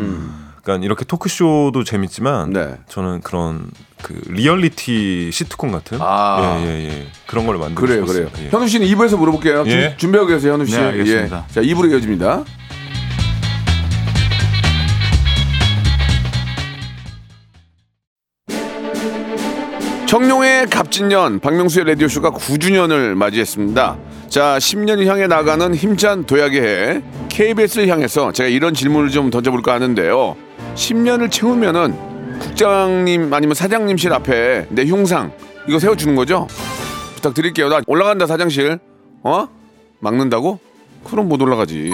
Speaker 5: 그러니까 이렇게 토크쇼도 재밌지만
Speaker 1: 음. 네.
Speaker 5: 저는 그런 그 리얼리티 시트콤 같은
Speaker 1: 아.
Speaker 5: 예, 예, 예. 그런 걸 만들고
Speaker 1: 그래요,
Speaker 5: 싶었어요.
Speaker 1: 그래요.
Speaker 5: 예.
Speaker 1: 현우 씨는 2부에서 물어볼게요. 준-
Speaker 5: 예.
Speaker 1: 준비하고 계세요, 현우 씨.
Speaker 6: 네, 알겠습니다.
Speaker 1: 예. 자, 2부로 이어집니다. 청룡의 갑진년, 박명수의 라디오쇼가 9주년을 맞이했습니다. 자, 10년을 향해 나가는 힘찬 도약의 해, KBS를 향해서 제가 이런 질문을 좀 던져볼까 하는데요. 10년을 채우면은 국장님 아니면 사장님실 앞에 내 흉상, 이거 세워주는 거죠? 부탁드릴게요. 나 올라간다 사장실. 어? 막는다고? 그럼 못 올라가지.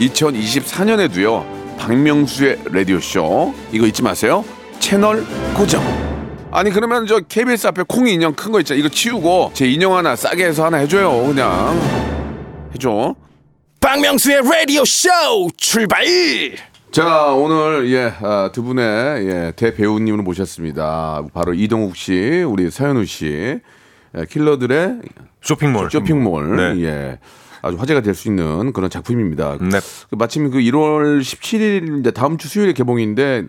Speaker 1: 2024년에도요. 박명수의 라디오 쇼 이거 잊지 마세요. 채널 고정. 아니 그러면 저 KBS 앞에 콩이 인형 큰 거 있잖아. 이거 치우고 제 인형 하나 싸게 해서 하나 해줘요. 그냥 해줘.
Speaker 4: 박명수의 라디오 쇼 출발
Speaker 1: 자 오늘 예두 분의 예, 대배우님을 모셨습니다. 바로 이동욱 씨, 우리 서현우 씨, 예, 킬러들의
Speaker 5: 쇼핑몰.
Speaker 1: 쇼핑몰.
Speaker 5: 네.
Speaker 1: 예. 아주 화제가 될 수 있는 그런 작품입니다.
Speaker 5: 네.
Speaker 1: 그 마침 그 1월 17일 이제 다음 주 수요일에 개봉인데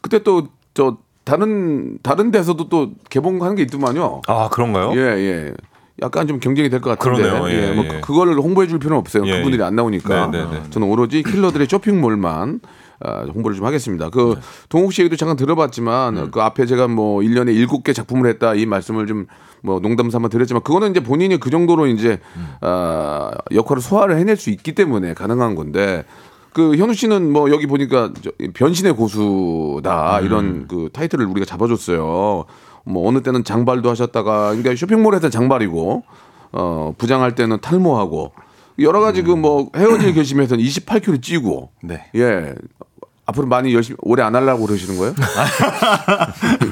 Speaker 1: 그때 또 저 다른 다른 데서도 또 개봉하는 게 있더만요.
Speaker 5: 아, 그런가요?
Speaker 1: 예, 예. 약간 좀 경쟁이 될 것 같은데.
Speaker 5: 그러네요. 예,
Speaker 1: 뭐
Speaker 5: 예.
Speaker 1: 그- 그거를 홍보해 줄 필요는 없어요.
Speaker 5: 예,
Speaker 1: 그분들이
Speaker 5: 예.
Speaker 1: 안 나오니까.
Speaker 5: 네, 네, 네.
Speaker 1: 저는 오로지 킬러들의 쇼핑몰만 아, 홍보를 좀 하겠습니다. 그
Speaker 5: 네.
Speaker 1: 동욱 씨 얘기도 잠깐 들어봤지만 그 앞에 제가 뭐 1년에 7개 작품을 했다 이 말씀을 좀 뭐 농담 삼아 드렸지만 그거는 이제 본인이 그 정도로 이제 아, 역할을 소화를 해낼 수 있기 때문에 가능한 건데 그 현우 씨는 뭐 여기 보니까 저 변신의 고수다
Speaker 5: 음.
Speaker 1: 이런 그 타이틀을 우리가 잡아줬어요. 뭐 어느 때는 장발도 하셨다가 그러니까 쇼핑몰에서 장발이고 어 부장할 때는 탈모하고 여러 가지 그 뭐 헤어질 결심에서는 28kg 찌고
Speaker 6: 네.
Speaker 1: 예 앞으로 많이 열심히 오래 안 하려고 그러시는 거예요?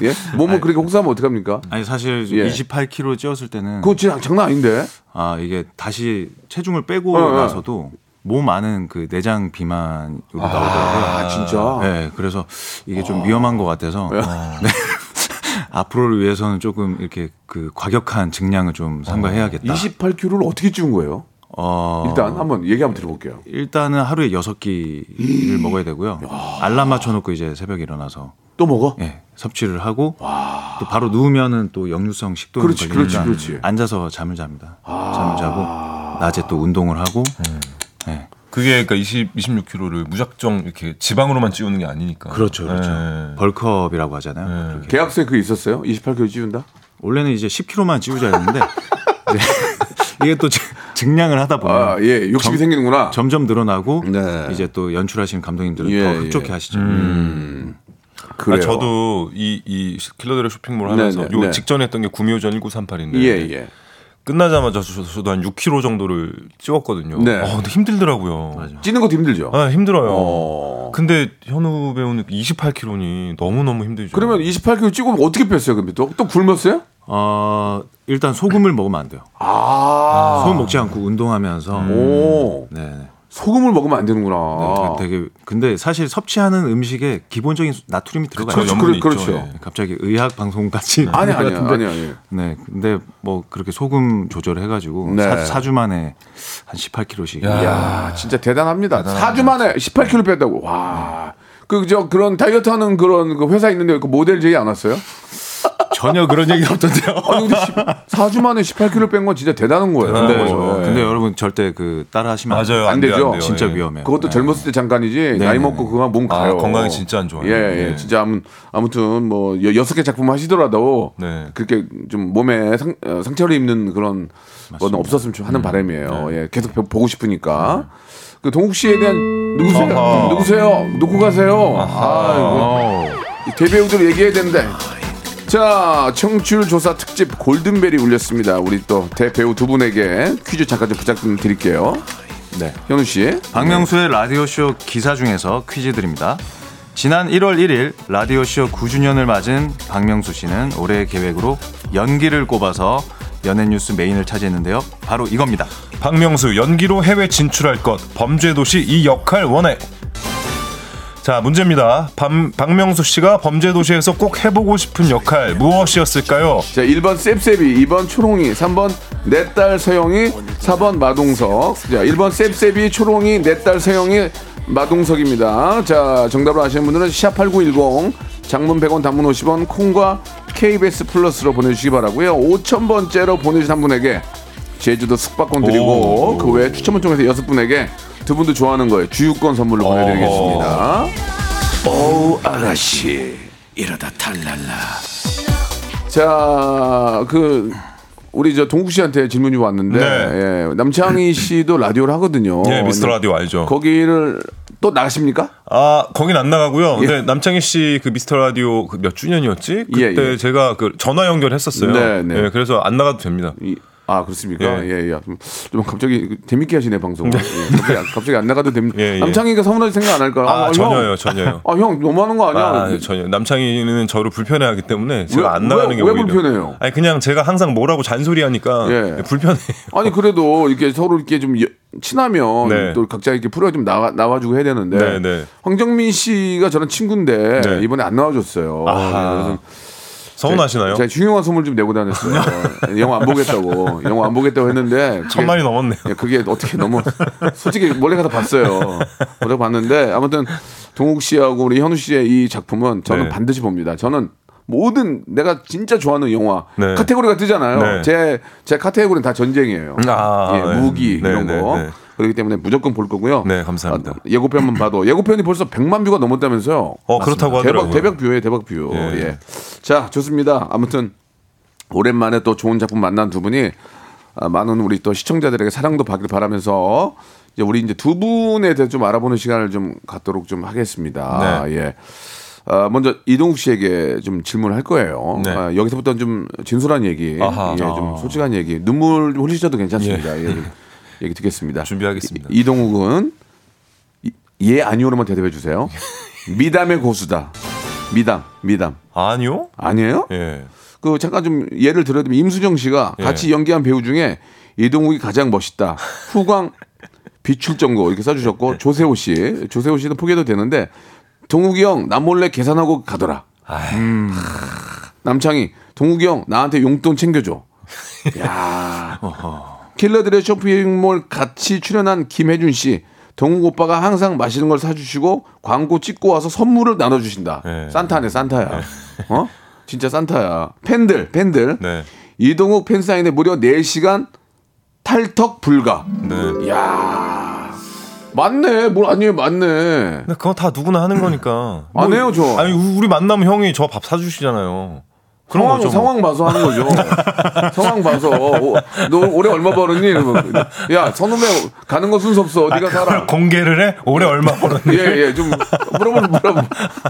Speaker 1: 예 몸을 그렇게 혹사하면 어떡합니까?
Speaker 6: 아니 사실
Speaker 1: 예.
Speaker 6: 28kg 찌었을 때는
Speaker 1: 그거 진짜 장난 아닌데
Speaker 6: 아 이게 다시 체중을 빼고
Speaker 1: 어, 어.
Speaker 6: 나서도 몸 안은 그 내장 비만으로 나오더라고요.
Speaker 1: 아 진짜
Speaker 6: 네, 그래서 이게 좀 위험한 것 같아서 네. 앞으로를 위해서는 조금 이렇게 그 과격한 증량을 좀 삼가해야겠다.
Speaker 1: 28kg를 어떻게 찌운 거예요?
Speaker 6: 어,
Speaker 1: 일단 한번 얘기 한번 들어볼게요.
Speaker 6: 일단은 하루에 여섯
Speaker 1: 음.
Speaker 6: 끼를 먹어야 되고요. 알람 맞춰놓고 이제 새벽에 일어나서
Speaker 1: 또 먹어?
Speaker 6: 예, 섭취를 하고 또 바로 누우면은 또 역류성 식도염
Speaker 1: 그렇지, 아.
Speaker 6: 걸리니까
Speaker 1: 그렇지, 그렇지. 네.
Speaker 6: 앉아서 잠을 잡니다. 잠을 자고 낮에 또 운동을 하고 예.
Speaker 5: 그게 그러니까 20, 26kg를 무작정 이렇게 지방으로만 찌우는 게 아니니까.
Speaker 6: 그렇죠, 그렇죠.
Speaker 5: 예.
Speaker 6: 벌크업이라고 하잖아요.
Speaker 1: 네.
Speaker 6: 그렇게.
Speaker 1: 계약서에 그게 있었어요? 28kg 찌운다?
Speaker 6: 원래는 이제 10kg만 찌우자 했는데 이제 이게 또 증- 증량을 하다 보면
Speaker 1: 아, 예. 욕심이
Speaker 6: 점-
Speaker 1: 생기는구나.
Speaker 6: 점점 늘어나고
Speaker 1: 네.
Speaker 6: 이제 또 연출하시는 감독님들은
Speaker 1: 예, 음.
Speaker 6: 더
Speaker 1: 예.
Speaker 6: 흡족해 하시죠.
Speaker 1: 그래요.
Speaker 5: 아, 저도 이, 이 킬러들의 쇼핑몰 하면서
Speaker 1: 네, 네,
Speaker 5: 요
Speaker 1: 네.
Speaker 5: 직전에 했던 게 구미호전 1938인데
Speaker 1: 예, 예.
Speaker 5: 끝나자마자 저- 저- 저도 한 6kg 정도를 찌웠거든요.
Speaker 1: 네.
Speaker 5: 어, 근데 힘들더라고요.
Speaker 1: 찌는 것도 힘들죠.
Speaker 5: 아, 힘들어요.
Speaker 1: 어.
Speaker 5: 근데 현우 배우는 28kg니 너무너무 힘들죠.
Speaker 1: 그러면 28kg 찌고 어떻게 뺐어요? 근데 또? 또 굶었어요?
Speaker 6: 어, 일단 소금을 먹으면 안 돼요.
Speaker 1: 아. 음.
Speaker 6: 소금 먹지 않고 운동하면서 음.
Speaker 1: 오. 아.
Speaker 6: 네.
Speaker 1: 소금을 먹으면 안 되는구나.
Speaker 6: 되게 근데 사실 섭취하는 음식에 기본적인 나트륨이 들어가요.
Speaker 5: 그렇죠.
Speaker 1: 그렇-
Speaker 5: 염분이 있죠.
Speaker 1: 그렇죠. 네.
Speaker 5: 예.
Speaker 6: 갑자기 의학 방송까지
Speaker 1: 아니,
Speaker 6: 하는
Speaker 1: 아니,
Speaker 6: 것
Speaker 1: 아니, 아니.
Speaker 6: 네, 근데 뭐 그렇게 소금 조절해가지고
Speaker 1: 네.
Speaker 6: 사, 4주 만에 한 18kg씩.
Speaker 1: 야, 진짜 대단합니다. 4주 만에 18kg 뺐다고. 와. 그, 저, 그런 다이어트 하는 그런 그 회사 있는데 그 모델 제의 안 왔어요?
Speaker 6: 전혀 그런 얘기 없던데요.
Speaker 1: 아니, 근데 4주 만에 18kg 뺀 건 진짜 대단한 거예요.
Speaker 5: 대단한
Speaker 6: 근데,
Speaker 5: 네. 거죠.
Speaker 1: 예.
Speaker 6: 어, 근데 여러분 절대 그 따라 하시면
Speaker 5: 맞아요.
Speaker 1: 안
Speaker 5: 안 돼요,
Speaker 1: 되죠.
Speaker 5: 안 돼요.
Speaker 6: 진짜
Speaker 5: 예.
Speaker 6: 위험해요. 네.
Speaker 1: 그것도 젊었을 때 잠깐이지 나이 먹고 그만 몸
Speaker 5: 아,
Speaker 1: 가요.
Speaker 5: 건강에 진짜 안 좋아요.
Speaker 1: 예, 예.
Speaker 5: 네.
Speaker 1: 진짜 아무, 아무튼 뭐 여- 여섯 개 작품 하시더라도
Speaker 5: 네.
Speaker 1: 그렇게 좀 몸에 상, 어, 상처를 입는 그런 건 없었으면 좋-
Speaker 5: 네.
Speaker 1: 하는 바람이에요. 예, 계속 보- 보고 싶으니까. 그 동욱 씨에 대한 누구세요?
Speaker 5: 아하.
Speaker 1: 누구세요? 놓고 가세요. 아, 이거 대배우들 얘기해야 되는데. 자, 청취율 조사 특집 골든벨이 울렸습니다. 우리 또 대배우 두 분에게 퀴즈 잠깐 좀 부탁드릴게요. 네. 현우 씨.
Speaker 6: 박명수의 라디오쇼 기사 중에서 퀴즈 드립니다. 지난 1월 1일 라디오쇼 9주년을 맞은 박명수 씨는 올해의 계획으로 연기를 꼽아서 연예 뉴스 메인을 차지했는데요. 바로 이겁니다.
Speaker 5: 박명수 연기로 해외 진출할 것 범죄도시 이 역할 원해 자 문제입니다 밤- 박명수 씨가 범죄도시에서 꼭 해보고 싶은 역할 무엇이었을까요
Speaker 1: 자, 1번 셉셉이, 2번 초롱이, 3번 내 딸 서영이, 4번 마동석. 자, 1번 셉셉이, 초롱이, 내 딸 서영이, 마동석입니다. 자, 정답을 아시는 분들은 샵8910 장문 100원 단문 50원 콩과 KBS 플러스로 보내주시기 바라고요 5000번째로 보내주신 한 분에게 제주도 숙박권 드리고 그 외에 추첨을 통해서 여섯 분에게 두 분도 좋아하는 거예요. 주유권 선물로 보내드리겠습니다. 자, 그 우리 저 동국 씨한테 질문이 왔는데
Speaker 5: 네.
Speaker 1: 예, 남창희 씨도 라디오를 하거든요.
Speaker 5: 예 미스터 라디오 알죠
Speaker 1: 거기를 또 나가십니까?
Speaker 5: 아 거긴 안 나가고요
Speaker 1: 예.
Speaker 5: 근데 남창희 씨 그 미스터 라디오 그 몇 주년이었지
Speaker 1: 예,
Speaker 5: 그때
Speaker 1: 예.
Speaker 5: 제가 그 전화 연결했었어요
Speaker 1: 네, 네.
Speaker 5: 예, 그래서 안 나가도 됩니다
Speaker 1: 이- 아 그렇습니까?
Speaker 5: 예.
Speaker 1: 예예. 좀, 좀 갑자기 재밌게 하시네 방송. 예, 갑자기, 안- 갑자기 안 나가도 됩니다.
Speaker 5: 예, 예.
Speaker 1: 남창희가 서운하지 생각 안 할까요?
Speaker 5: 아, 전혀요
Speaker 1: 형.
Speaker 5: 전혀요
Speaker 1: 아형 너무하는 거 아니야?
Speaker 5: 아, 전혀. 남창희는 저를 불편해하기 때문에 제가
Speaker 1: 왜-
Speaker 5: 안 나가는
Speaker 1: 왜-
Speaker 5: 게
Speaker 1: 왜
Speaker 5: 오히려.
Speaker 1: 불편해요?
Speaker 5: 아니 그냥 제가 항상 뭐라고 잔소리하니까
Speaker 1: 예.
Speaker 5: 불편해.
Speaker 1: 아니 그래도 이렇게 서로 이렇게 좀 여- 친하면
Speaker 5: 네.
Speaker 1: 또 각자 이렇게 프로에 좀 나와 나와주고 해야 되는데
Speaker 5: 네, 네.
Speaker 1: 황정민 씨가 저랑 친구인데
Speaker 5: 네.
Speaker 1: 이번에 안 나와줬어요. 예, 그래서
Speaker 5: 서운하시나요?
Speaker 1: 제가 중요한 선물 좀 내고 다녔어요. 영화 안 보겠다고. 영화 안 보겠다고 했는데. 그게-
Speaker 5: 천만이 넘었네요.
Speaker 1: 예, 그게 어떻게 너무 솔직히 몰래 가서 봤어요. 몰래 봤는데 아무튼 동욱 씨하고 우리 현우 씨의 이 작품은 저는
Speaker 5: 네.
Speaker 1: 반드시 봅니다. 저는 모든 내가 진짜 좋아하는 영화
Speaker 5: 네.
Speaker 1: 카테고리가 뜨잖아요.
Speaker 5: 네.
Speaker 1: 제 제 카테고리는 다 전쟁이에요.
Speaker 5: 아,
Speaker 1: 예,
Speaker 5: 네.
Speaker 1: 무기
Speaker 5: 네,
Speaker 1: 이런
Speaker 5: 네,
Speaker 1: 거.
Speaker 5: 네.
Speaker 1: 그렇기 때문에 무조건 볼 거고요.
Speaker 5: 네, 감사합니다.
Speaker 1: 아, 예고편만 봐도 예고편이 벌써 100만 뷰가 넘었다면서요.
Speaker 5: 어 그렇다고
Speaker 1: 대박
Speaker 5: 하더라고요.
Speaker 1: 대박 뷰예요 대박 뷰. 예.
Speaker 5: 예.
Speaker 1: 자 좋습니다. 아무튼 오랜만에 또 좋은 작품 만난 두 분이 아, 많은 우리 또 시청자들에게 사랑도 받길 바라면서 이제 우리 이제 두 분에 대해 좀 알아보는 시간을 좀 갖도록 좀 하겠습니다.
Speaker 5: 네.
Speaker 1: 예. 아, 먼저 이동욱 씨에게 좀 질문을 할 거예요.
Speaker 5: 네.
Speaker 1: 아, 여기서부터 좀 진솔한 얘기,
Speaker 5: 아하.
Speaker 1: 예, 좀 솔직한 얘기, 눈물 좀 흘리셔도 괜찮습니다. 예. 얘기 듣겠습니다.
Speaker 5: 준비하겠습니다.
Speaker 1: 이- 이동욱은 이- 예 아니오로만 대답해 주세요. 미담의 고수다. 미담, 미담.
Speaker 5: 아니요?
Speaker 1: 아니에요?
Speaker 5: 예.
Speaker 1: 그 잠깐 좀 예를 들어드리면 임수정 씨가
Speaker 5: 예.
Speaker 1: 같이 연기한 배우 중에 이동욱이 가장 멋있다. 후광 비출전고 이렇게
Speaker 5: 예.
Speaker 1: 써주셨고 조세호 씨, 조세호 씨는 포기해도 되는데 동욱이 형 나 몰래 계산하고 가더라. 음. 남창희, 동욱이 형 나한테 용돈 챙겨줘. 야, 킬러들의 쇼핑몰 같이 출연한 김혜준 씨. 동욱 오빠가 항상 맛있는 걸 사주시고 광고 찍고 와서 선물을 나눠주신다.
Speaker 5: 예.
Speaker 1: 산타네 산타야. 어? 진짜 산타야. 팬들 팬들.
Speaker 5: 네.
Speaker 1: 이동욱 네 팬 사인회 무려 4시간 탈턱 불가.
Speaker 5: 네.
Speaker 1: 야 맞네. 뭘 아니에요. 맞네.
Speaker 5: 근데 그거 다 누구나 하는 거니까.
Speaker 1: 안 해요, 저.
Speaker 5: 뭐, 아니 우- 우리 만나면 형이 저 밥 사주시잖아요. 그런
Speaker 1: 상황,
Speaker 5: 거죠. 뭐.
Speaker 1: 상황 봐서 하는 거죠. 상황 봐서. 오, 너 올해 얼마 벌었니? 이러면, 야, 선후배 가는 거 순서 없어. 네가 살아.
Speaker 7: 공개를 해? 올해 얼마 벌었니?
Speaker 1: 예, 예, 좀 물어볼, 물어볼,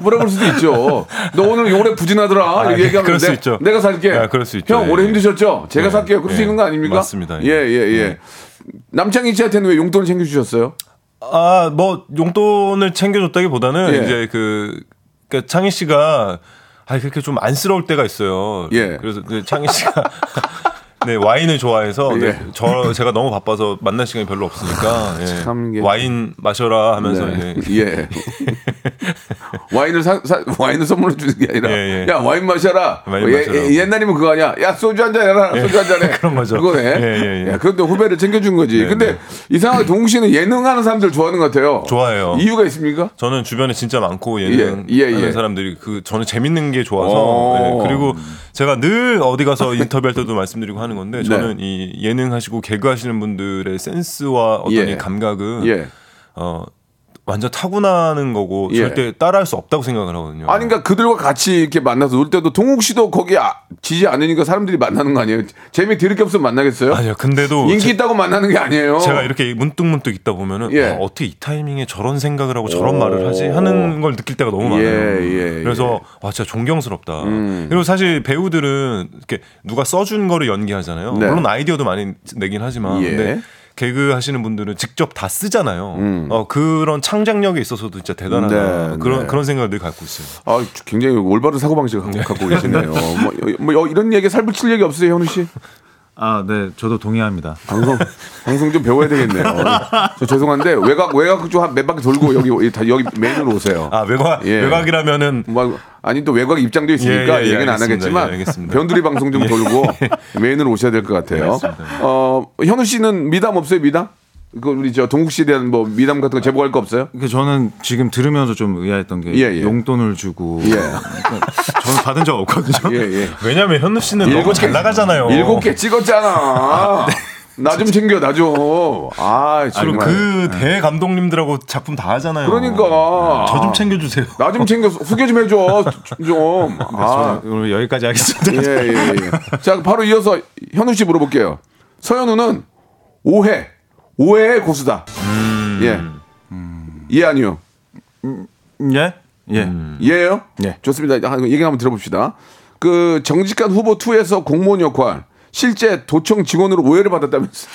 Speaker 1: 물어볼 수도 있죠. 너 오늘 올해 부진하더라.
Speaker 5: 아,
Speaker 1: 이렇게
Speaker 5: 예,
Speaker 1: 얘기하면
Speaker 5: 그럴 수
Speaker 1: 내-
Speaker 5: 있죠.
Speaker 1: 내가 살게.
Speaker 5: 아, 그럴 수 있죠.
Speaker 1: 형,
Speaker 5: 예,
Speaker 1: 올해
Speaker 5: 예.
Speaker 1: 힘드셨죠? 제가
Speaker 5: 예,
Speaker 1: 살게요. 그럴 수
Speaker 5: 예.
Speaker 1: 있는 거 아닙니까?
Speaker 5: 맞습니다.
Speaker 1: 예,
Speaker 5: 예.
Speaker 1: 예, 예. 남창희 씨한테는 왜 용돈 챙겨주셨어요?
Speaker 5: 아, 뭐 용돈을 챙겨줬다기보다는
Speaker 1: 예.
Speaker 5: 이제 그 그러니까 창희 씨가 아 그렇게 좀 안쓰러울 때가 있어요.
Speaker 1: 예.
Speaker 5: 그래서 그 창희 씨가 네 와인을 좋아해서
Speaker 1: 예.
Speaker 5: 네, 저 제가 너무 바빠서 만날 시간이 별로 없으니까 예.
Speaker 1: 참 이게-
Speaker 5: 와인 마셔라 하면서
Speaker 1: 네.
Speaker 5: 이제
Speaker 1: 예. 와인을 사, 사- 와인을 선물로 주는 게 아니라
Speaker 5: 예, 예.
Speaker 1: 야 와인 마셔라.
Speaker 5: 와인
Speaker 1: 예,
Speaker 5: 마셔라.
Speaker 1: 예, 옛날이면 그거 아니야. 야 소주 한 잔 해라. 소주 한 잔 해.
Speaker 5: 그런 거죠.
Speaker 1: 그거네.
Speaker 5: 예, 예, 예.
Speaker 1: 야, 그런데 후배를 챙겨준 거지. 근데
Speaker 5: 네.
Speaker 1: 이상하게 동욱 씨는 예능하는 사람들 좋아하는 것 같아요.
Speaker 5: 좋아해요.
Speaker 1: 이유가 있습니까?
Speaker 5: 저는 주변에 진짜 많고 예능
Speaker 1: 예, 예, 예. 어.
Speaker 5: 하는 사람들이 그 저는 재밌는 게
Speaker 1: 오.
Speaker 5: 좋아서 예, 그리고 제가 늘 어디 가서 인터뷰할 때도 말씀드리고 하는 건데
Speaker 1: 네.
Speaker 5: 저는 이 예능 하시고 개그 하시는 분들의 센스와 어떤
Speaker 1: 예.
Speaker 5: 이 감각은
Speaker 1: 예.
Speaker 5: 어 완전 타고나는 거고
Speaker 1: 예.
Speaker 5: 절대 따라할 수 없다고 생각을 하거든요.
Speaker 1: 아니 그러니까 그들과 같이 이렇게 만나서 놀 때도 동욱 씨도 거기 아, 지지 않으니까 사람들이 만나는 거 아니에요? 재미 들을 게 없으면 만나겠어요?
Speaker 5: 아니요. 근데도
Speaker 1: 인기
Speaker 5: 제,
Speaker 1: 있다고 만나는 게 아니에요.
Speaker 5: 가 이렇게 문득문득 있다 보면은
Speaker 1: 어. 예.
Speaker 5: 아, 어떻게 이 타이밍에 저런 생각을 하고 저런 말을 하지 하는 걸 느낄 때가 너무
Speaker 1: 예,
Speaker 5: 많아요.
Speaker 1: 예, 음. 예.
Speaker 5: 그래서 와 진짜 존경스럽다. 그리고 사실 배우들은 이렇게 누가 써준 거를 연기하잖아요.
Speaker 1: 네.
Speaker 5: 물론 아이디어도 많이 내긴 하지만
Speaker 1: 예.
Speaker 5: 근데 개그 하시는 분들은 직접 다 쓰잖아요. 어, 그런 창작력에 있어서도 진짜 대단하다.
Speaker 1: 음. 네,
Speaker 5: 그런
Speaker 1: 네.
Speaker 5: 그런 생각을 늘 갖고 있어요.
Speaker 1: 아, 굉장히 올바른 사고방식 갖고, 갖고 계시네요. 뭐, 뭐, 뭐 이런 얘기 살붙일 얘기 없으세요, 현우 씨?
Speaker 6: 아, 네, 저도 동의합니다.
Speaker 1: 방송 방송 좀 배워야 되겠네요. 저 죄송한데 외곽 외곽 쪽한몇 바퀴 돌고 여기 다 여기 메인으로 오세요.
Speaker 5: 아 외곽
Speaker 1: 예.
Speaker 5: 외곽이라면은
Speaker 1: 뭐, 아니 또 외곽 입장도 있으니까
Speaker 5: 예, 예, 예,
Speaker 1: 얘기는 안
Speaker 5: 알겠습니다.
Speaker 1: 하겠지만
Speaker 5: 예, 알겠습니다. 예.
Speaker 1: 변두리 방송 좀 돌고 메인으로 오셔야 될 것 같아요. 어 현우 씨는 미담 없어요 미담? 그 우리 저 동국 씨에 대한 뭐 미담 같은 거 제보할 거 없어요?
Speaker 6: 그러니까 저는 지금 들으면서 좀 의아했던 게
Speaker 1: 예, 예.
Speaker 6: 용돈을 주고
Speaker 1: 예.
Speaker 6: 그러니까 저는 받은 적 없거든요.
Speaker 1: 예 예.
Speaker 5: 왜냐면 현우 씨는
Speaker 1: 일곱
Speaker 5: 너무 잘
Speaker 1: 개-
Speaker 5: 나가잖아요.
Speaker 1: 일곱 개 찍었잖아. 나 좀 챙겨 나 좀. 아
Speaker 5: 그럼
Speaker 1: 정말.
Speaker 5: 그 대감독님들하고 작품 다 하잖아요.
Speaker 1: 그러니까.
Speaker 5: 저 좀 챙겨주세요.
Speaker 1: 나 좀 챙겨 후계 좀 해줘 좀.
Speaker 5: 네,
Speaker 1: 아,
Speaker 6: 오늘 여기까지 하겠습니다.
Speaker 1: 예, 예, 예. 자, 바로 이어서 현우 씨 물어볼게요. 서현우는 오해, 오해의 고수다.
Speaker 6: 음.
Speaker 1: 예. 예, 아니요.
Speaker 6: 예? 예.
Speaker 1: 음. 예요?
Speaker 6: 예.
Speaker 1: 좋습니다. 아, 얘기 한번 들어봅시다. 그 정직한 후보 2에서 공무원 역할, 실제 도청 직원으로 오해를 받았다면서.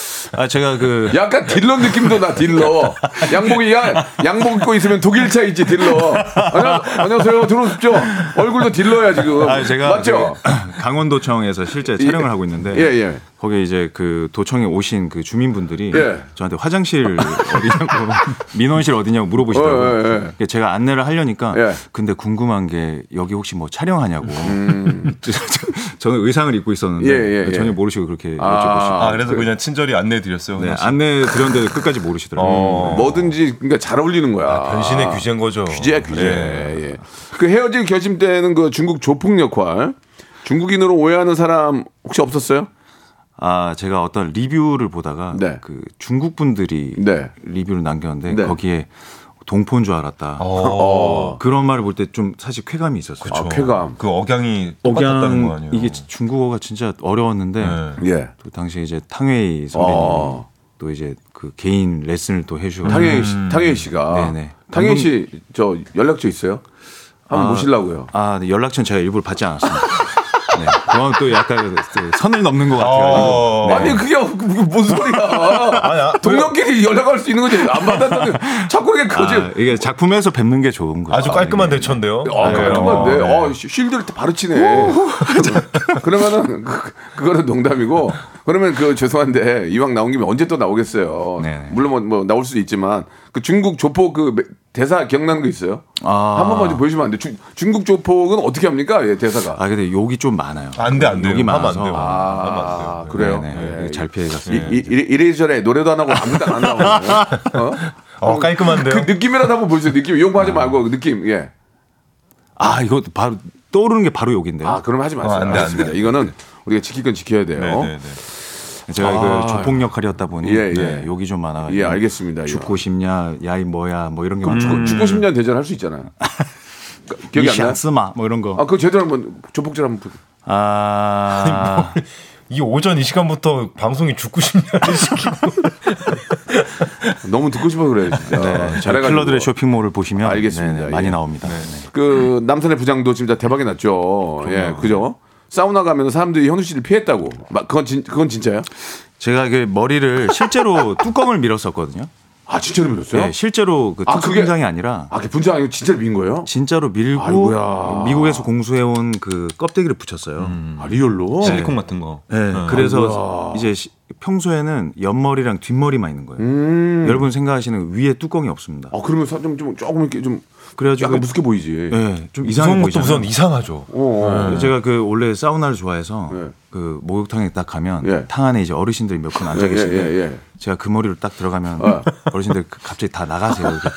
Speaker 6: 아, 제가 그
Speaker 1: 약간 딜러 느낌도 나, 딜러. 양복이, 야, 양복 입고 있으면 독일차이지, 딜러. 안녕, 안녕하세요. 들어오십시오. 얼굴도 딜러야, 지금.
Speaker 6: 아, 제가
Speaker 1: 맞죠?
Speaker 6: 그 강원도청에서 실제 촬영을 하고 있는데
Speaker 1: 예, 예.
Speaker 6: 거기 이제 그 도청에 오신 그 주민분들이
Speaker 1: 예.
Speaker 6: 저한테 화장실 어디냐고 민원실 어디냐고 물어보시더라고요.
Speaker 1: 어, 예, 예.
Speaker 6: 그러니까 제가 안내를 하려니까
Speaker 1: 예.
Speaker 6: 근데 궁금한 게 여기 혹시 뭐 촬영하냐고. 저는 의상을 입고 있었는데
Speaker 1: 음. 예, 예, 예.
Speaker 6: 전혀 모르시고 그렇게
Speaker 1: 아,
Speaker 5: 아, 그래서 그, 냥 친절히 안내해드렸어요.
Speaker 6: 여쭤보시고 네,
Speaker 5: 현우 씨.
Speaker 6: 안내 드렸는데 끝까지 모르시더라고요.
Speaker 5: 어,
Speaker 1: 뭐든지 그러니까 잘 어울리는 거야.
Speaker 5: 아, 변신의 규제인 거죠.
Speaker 1: 규제야 규제.
Speaker 5: 예.
Speaker 1: 예. 그 헤어질 결심 때는 그 중국 조폭 역할. 중국인으로 오해하는 사람 혹시 없었어요?
Speaker 6: 아 제가 어떤 리뷰를 보다가
Speaker 1: 네.
Speaker 6: 그 중국 분들이
Speaker 1: 네.
Speaker 6: 리뷰를 남겼는데
Speaker 1: 네.
Speaker 6: 거기에 동포인 줄 알았다.
Speaker 5: 어,
Speaker 6: 그런 말을 볼 때 좀 사실 쾌감이 있었어요.
Speaker 1: 아, 쾌감.
Speaker 5: 그 억양이 똑같았다는 거
Speaker 6: 억양
Speaker 5: 아니에요?
Speaker 6: 이게 중국어가 진짜 어려웠는데
Speaker 5: 예.
Speaker 1: 예.
Speaker 6: 또 당시에 이제 탕웨이 선배님
Speaker 1: 어.
Speaker 6: 또 이제 그 개인 레슨을 또 해주고
Speaker 1: 음. 탕혜이 씨, 탕혜이 씨가
Speaker 6: 음. 네네.
Speaker 1: 탕혜이 씨 저 연락처 있어요? 한번 모시려고요.
Speaker 6: 아 네, 연락처는 제가 일부러 받지 않았습니다. 네, 그건 또 약간 그 선을 넘는 것 같아요.
Speaker 5: 어,
Speaker 1: 아니 그게 뭐, 그게 뭔 소리야? 동료끼리 연락할 수 있는 거지 안 받았다는 자꾸 이게 거짓.
Speaker 6: 아, 이게 작품에서 뵙는 게 좋은 거예요.
Speaker 5: 아주 깔끔한 대처인데요.
Speaker 1: 아,
Speaker 5: 네.
Speaker 1: 깔끔한데.
Speaker 5: 어,
Speaker 1: 어, 쉴- 쉴드를 바로 치네. 음. 그러면은, 그, 그거는 농담이고, 그러면 그 죄송한데, 이왕 나온 김에 언제 또 나오겠어요.
Speaker 6: 네네.
Speaker 1: 물론 뭐, 뭐 나올 수도 있지만, 그 중국 조폭 그 매- 대사 기억나는 거 있어요?
Speaker 6: 아.
Speaker 1: 한 번만 좀 보여주면 안 돼. 중, 중국 조폭은 어떻게 합니까? 예, 대사가.
Speaker 6: 아 근데 욕이 좀 많아요.
Speaker 5: 안 돼, 안 돼요.
Speaker 6: 욕이
Speaker 5: 하면 안
Speaker 6: 많아서
Speaker 5: 돼요.
Speaker 1: 아, 그래요?
Speaker 6: 네,
Speaker 1: 예,
Speaker 6: 네, 잘
Speaker 1: 이,
Speaker 6: 피해갔어요.
Speaker 1: 이, 이래, 이래저래 노래도 안 하고 아무도 안 나오고. 어?
Speaker 5: 어,
Speaker 1: 그
Speaker 5: 깔끔한데요.
Speaker 1: 느낌이라도 한번 보여주세요. 느낌. 용하지 말고, 느낌. 예.
Speaker 6: 아 이거 바로 떠오르는 게 바로 욕인데요. 어,
Speaker 1: 아, 그럼 하지 마세요.
Speaker 5: 안 돼, 안 돼.
Speaker 6: 네.
Speaker 1: 알겠습니다. 이거는 우리가 지킬 건 지켜야 돼요.
Speaker 5: 네, 네, 네.
Speaker 6: 제가
Speaker 1: 아.
Speaker 6: 그 조폭 역할이었다 보니
Speaker 1: 예, 예.
Speaker 6: 네, 욕이 좀 많아가지고
Speaker 1: 예, 알겠습니다.
Speaker 6: 죽고 싶냐, 야이 뭐야, 뭐 이런 게 많고
Speaker 1: 음. 축구 10년 대전 할 수 있잖아요. 그- 기억이 안 나요?
Speaker 6: 이샹스마 뭐 이런 거.
Speaker 1: 아, 그거 제대로 한번 조폭질 한번 부- 뭐.
Speaker 6: 아,
Speaker 5: 이 오전 이 시간부터 방송이 죽고 싶냐
Speaker 1: 너무 듣고 싶어 그래 진짜. 잘해가지고.
Speaker 6: 클러들의 네, 쇼핑몰을 보시면
Speaker 1: 알겠습니다.
Speaker 6: 네네,
Speaker 1: 예.
Speaker 6: 많이 나옵니다. 네.
Speaker 1: 그 남산의 부장도 진짜 대박이 났죠. 예, 그죠? 사우나 가면 사람들이 현우 씨를 피했다고. 막 그건 진 그건 진짜야?
Speaker 6: 제가 그 머리를 실제로 뚜껑을 밀었었거든요.
Speaker 1: 아, 진짜로 밀었어요?
Speaker 6: 네, 실제로 그
Speaker 1: 아,
Speaker 6: 특수
Speaker 1: 그게-
Speaker 6: 분장이 아니라
Speaker 1: 아, 그 분장 아니고 진짜로 민 거예요?
Speaker 6: 진짜로 밀고
Speaker 1: 아이고야.
Speaker 6: 미국에서 공수해온 그 껍데기를 붙였어요.
Speaker 1: 아, 리얼로?
Speaker 5: 실리콘 같은 거.
Speaker 6: 네,
Speaker 1: 아,
Speaker 6: 그래서 이제 시- 평소에는 옆머리랑 뒷머리만 있는 거예요.
Speaker 1: 음.
Speaker 6: 여러분 생각하시는 위에 뚜껑이 없습니다.
Speaker 1: 아, 그러면 사- 좀, 좀 조금 이렇게 좀
Speaker 6: 그래가지고
Speaker 1: 약간 무섭게 보이지.
Speaker 6: 네, 좀 이상해
Speaker 5: 무서운 것도
Speaker 6: 보이잖아요.
Speaker 5: 우선 이상하죠.
Speaker 1: 어, 어.
Speaker 6: 제가 그 원래 사우나를 좋아해서
Speaker 1: 네.
Speaker 6: 그 목욕탕에 딱 가면
Speaker 1: 예.
Speaker 6: 탕 안에 이제 어르신들이 몇 분 앉아
Speaker 1: 예,
Speaker 6: 계시는데
Speaker 1: 예, 예.
Speaker 6: 제가 그 머리로 딱 들어가면
Speaker 1: 어.
Speaker 6: 어르신들 그- 갑자기 다 나가세요. 이렇게.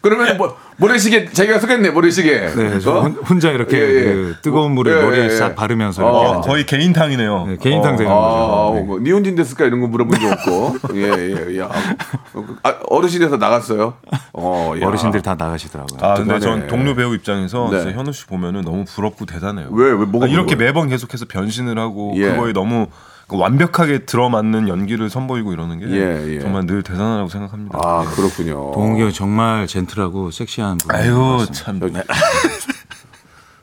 Speaker 1: 그러면 뭐, 모래시계 자기가 쓰겠네, 모래시계.
Speaker 6: 네, 저
Speaker 1: 어?
Speaker 6: 혼- 혼자 이렇게
Speaker 1: 예, 예.
Speaker 6: 그 뜨거운 물을
Speaker 1: 예,
Speaker 6: 머리에
Speaker 1: 예, 예.
Speaker 6: 싹 바르면서
Speaker 5: 아,
Speaker 1: 어.
Speaker 6: 이렇게
Speaker 5: 거의 개인탕이네요.
Speaker 6: 네, 개인 탕 되는
Speaker 1: 아,
Speaker 6: 거죠. 네.
Speaker 1: 뭐, 니 혼진 됐을까 이런 거 물어본 적 없고. 예, 예, 예. 아, 어르신에서 나갔어요. 어, 야.
Speaker 6: 어르신들 다 나가시더라고요.
Speaker 5: 아, 근데
Speaker 1: 대단해.
Speaker 5: 전 동료 배우 입장에서
Speaker 1: 네.
Speaker 5: 진짜 현우 씨 보면은 너무 부럽고 대단해요.
Speaker 1: 왜, 왜, 뭐가
Speaker 5: 아, 이렇게
Speaker 1: 부러워요?
Speaker 5: 매번 계속해서 변신을 하고
Speaker 1: 예.
Speaker 5: 그거에 너무 그 완벽하게 들어맞는 연기를 선보이고 이러는 게
Speaker 1: 예, 예.
Speaker 5: 정말 늘 대단하다고 생각합니다.
Speaker 1: 아, 그렇군요.
Speaker 6: 동욱이 형 정말 젠틀하고 섹시한 분.
Speaker 5: 아유 참.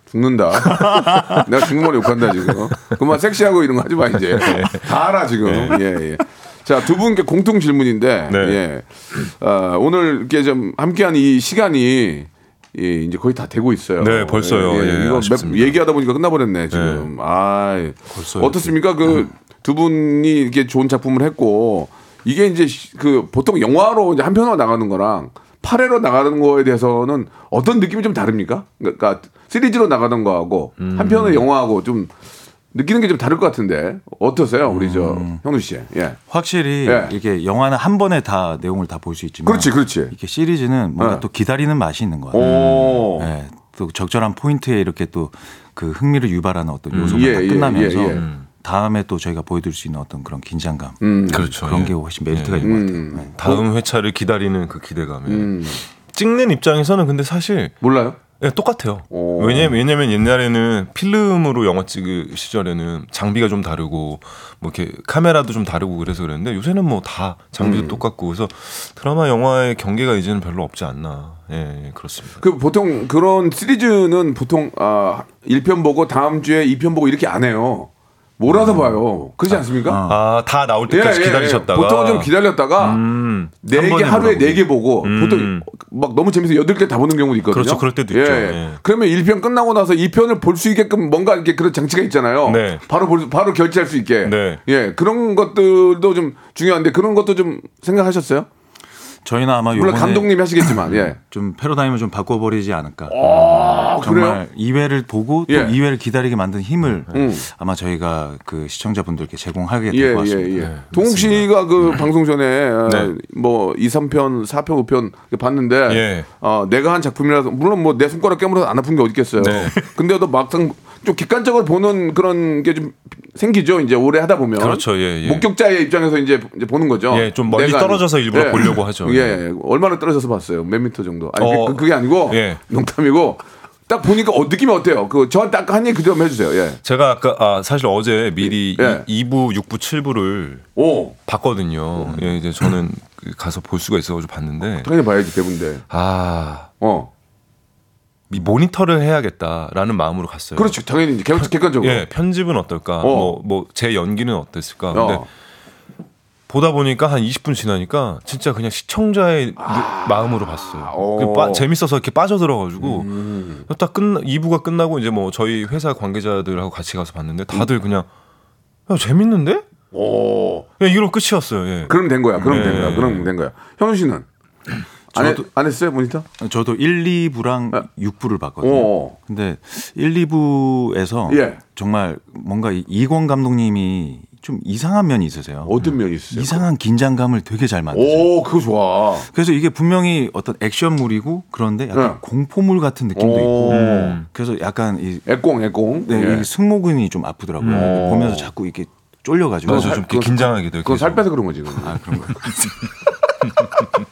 Speaker 1: 죽는다. 내가 죽는 걸 욕한다, 지금. 그만 섹시하고 이런 거 하지 마, 이제.
Speaker 6: 네.
Speaker 1: 다 알아, 지금. 예, 예. 자, 두 분께 공통 질문인데,
Speaker 5: 네.
Speaker 1: 예. 아, 오늘 이렇게 좀 함께한 이 시간이 예, 이제 거의 다 되고 있어요.
Speaker 5: 네, 벌써요. 예,
Speaker 1: 이거 몇-
Speaker 5: 아쉽습니다.
Speaker 1: 얘기하다 보니까 끝나버렸네, 지금. 아
Speaker 6: 벌써요.
Speaker 1: 어떻습니까?
Speaker 5: 음.
Speaker 1: 그 두 분이 이렇게 좋은 작품을 했고, 이게 이제 시- 그 보통 영화로 이제 한 편으로 나가는 거랑 8회로 나가는 거에 대해서는 어떤 느낌이 좀 다릅니까? 그러니까 시리즈로 나가는 거하고
Speaker 5: 음.
Speaker 1: 한 편의 영화하고 좀 느끼는 게 좀 다를 것 같은데 어떠세요, 우리 저
Speaker 5: 음.
Speaker 1: 형우 씨? 예,
Speaker 6: 확실히
Speaker 1: 예.
Speaker 6: 이렇게 영화는 한 번에 다 내용을 다 볼 수 있지만
Speaker 1: 그렇지, 그렇지.
Speaker 6: 이렇게 시리즈는 뭔가
Speaker 1: 예.
Speaker 6: 또 기다리는 맛이 있는
Speaker 5: 음.
Speaker 6: 것 같아요.
Speaker 1: 오,
Speaker 5: 네.
Speaker 6: 예, 또 적절한 포인트에 이렇게 또 그 흥미를 유발하는 어떤 요소가
Speaker 1: 예,
Speaker 6: 다
Speaker 1: 예,
Speaker 6: 끝나면서
Speaker 1: 예, 예.
Speaker 6: 다음에 또 저희가 보여드릴 수 있는 어떤 그런 긴장감
Speaker 1: 음.
Speaker 5: 그렇죠.
Speaker 6: 그런
Speaker 5: 예.
Speaker 6: 게 훨씬 메리트가 있는 것 같아요.
Speaker 1: 뭐
Speaker 6: 네.
Speaker 5: 다음 회차를 기다리는 그 기대감에
Speaker 1: 음.
Speaker 5: 찍는 입장에서는 근데 사실
Speaker 1: 몰라요?
Speaker 5: 예, 똑같아요.
Speaker 1: 오.
Speaker 5: 왜냐면, 왜냐면 옛날에는 필름으로 영화 찍을 시절에는 장비가 좀 다르고 뭐 이렇게 카메라도 좀 다르고 그래서 그랬는데 요새는 뭐 다
Speaker 1: 음.
Speaker 5: 장비도 똑같고 그래서 드라마 영화의 경계가 이제는 별로 없지 않나. 예, 예, 그렇습니다.
Speaker 1: 그 보통 그런 시리즈는 보통 아 1편 보고 다음 주에 2편 보고 이렇게 안 해요. 몰아서 봐요. 그러지 않습니까? 예,
Speaker 5: 아, 다 나올 때까지 기다리셨다가
Speaker 1: 보통은 좀 기다렸다가
Speaker 5: 음.
Speaker 1: 네
Speaker 5: 한
Speaker 1: 개
Speaker 5: 번에
Speaker 1: 하루에
Speaker 5: 몰아보기.
Speaker 1: 네 개 보고 보통 막 너무 재밌어 여덟 개 다 보는 경우도 있거든요.
Speaker 5: 그렇죠. 그럴 때도 있죠. 예.
Speaker 1: 그러면 1편 끝나고 나서 2편을 볼 수 있게끔 뭔가 이렇게 그런 장치가 있잖아요.
Speaker 5: 네.
Speaker 1: 바로 볼, 수- 바로 결제할 수 있게.
Speaker 5: 네.
Speaker 1: 예. 그런 것들도 좀 중요한데 그런 것도 좀 생각하셨어요?
Speaker 6: 저희는 아마
Speaker 1: 물론
Speaker 6: 요번에
Speaker 1: 감독님이 하시겠지만. 예.
Speaker 6: 좀 패러다임을 좀 바꿔버리지 않을까.
Speaker 1: 아, 그래요?
Speaker 6: 정말 2회를 보고 또
Speaker 1: 예. 음.
Speaker 6: 2회를 기다리게 만든 힘을 아마 저희가 그 시청자분들께 제공하게 될
Speaker 1: 예,
Speaker 6: 것 같습니다.
Speaker 1: 예, 예. 동욱 씨가 그 방송 전에 어,
Speaker 5: 네.
Speaker 1: 뭐 2, 3편, 4편, 5편 봤는데
Speaker 5: 예.
Speaker 1: 어, 내가 한 작품이라서 물론 뭐 내 손가락 깨물어서 안 아픈 게 어딨겠어요.
Speaker 5: 네.
Speaker 1: 근데도 막상 좀 객관적으로 보는 그런 게 좀 생기죠. 이제 오래 하다 보면.
Speaker 5: 그렇죠. 예, 예.
Speaker 1: 목격자의 입장에서 이제, 이제 보는 거죠.
Speaker 5: 예, 좀 멀리
Speaker 1: 내가 아니-
Speaker 5: 떨어져서 일부러
Speaker 1: 예.
Speaker 5: 보려고 하죠.
Speaker 1: 예, 예. 얼마나 떨어져서 봤어요? 몇 미터 정도? 아니,
Speaker 5: 어,
Speaker 1: 그, 그게 아니고
Speaker 5: 예.
Speaker 1: 농담이고 딱 보니까 어, 느낌이 어때요? 그 저한테 아까 한 얘기 그대로 한번 해주세요. 예.
Speaker 5: 제가 아까 아, 사실 어제 미리
Speaker 1: 예.
Speaker 5: 이 2부, 6부, 7부를
Speaker 1: 오,
Speaker 5: 봤거든요.
Speaker 1: 음.
Speaker 5: 예, 이제 저는 그 가서 볼 수가 있어가지고 봤는데
Speaker 1: 당연히 봐야지 대본데.
Speaker 5: 아
Speaker 1: 어,
Speaker 5: 이 모니터를 해야겠다라는 마음으로 갔어요.
Speaker 1: 그렇죠. 당연히 이제 객- 객관적으로.
Speaker 5: 예, 편집은 어떨까?
Speaker 1: 어.
Speaker 5: 뭐 뭐 제 연기는 어땠을까? 근데 보다 보니까 한 20분 지나니까 진짜 그냥 시청자의 느- 마음으로 봤어요.
Speaker 1: 아. 어. 음.
Speaker 5: 그 빠- 재밌어서 이렇게 빠져들어가지고 딱 끝나 2부가 끝나고 이제 뭐 저희 회사 관계자들하고 같이 가서 봤는데 다들
Speaker 1: 음.
Speaker 5: 그냥 야, 재밌는데?
Speaker 1: 오.
Speaker 5: 그냥 이걸로 끝이었어요. 예.
Speaker 1: 그럼 된 거야. 그럼 된
Speaker 5: 네.
Speaker 1: 거야. 그럼 된 거야. 현우 씨는 안, 해-
Speaker 6: 저도-
Speaker 1: 안 했어요 모니터?
Speaker 6: 저도 1, 2부랑
Speaker 1: 예. 아.
Speaker 6: 6부를 봤거든요.
Speaker 1: 오.
Speaker 6: 근데 1, 2부에서
Speaker 1: 예.
Speaker 6: 정말 뭔가 이- 이권 감독님이 좀 이상한 면이 있으세요.
Speaker 1: 어떤 면이 있어요?
Speaker 6: 이상한 긴장감을 되게 잘 만드세요.
Speaker 1: 오, 그거 좋아.
Speaker 6: 그래서 이게 분명히 어떤 액션물이고 그런데 약간
Speaker 1: 네.
Speaker 6: 공포물 같은 느낌도
Speaker 1: 오.
Speaker 6: 있고 그래서 약간 이
Speaker 1: 애꽁 애꽁.
Speaker 6: 네,
Speaker 1: 예. 음.
Speaker 6: 이 승모근이 좀 아프더라고요. 보면서 그러니까 자꾸 이렇게
Speaker 1: 어,
Speaker 6: 쫄려가지고.
Speaker 5: 그래서 좀 이렇게 긴장하게 돼요.
Speaker 1: 그건 살
Speaker 5: 계속.
Speaker 1: 빼서 그런 거지. 그건.
Speaker 6: 아 그런 거.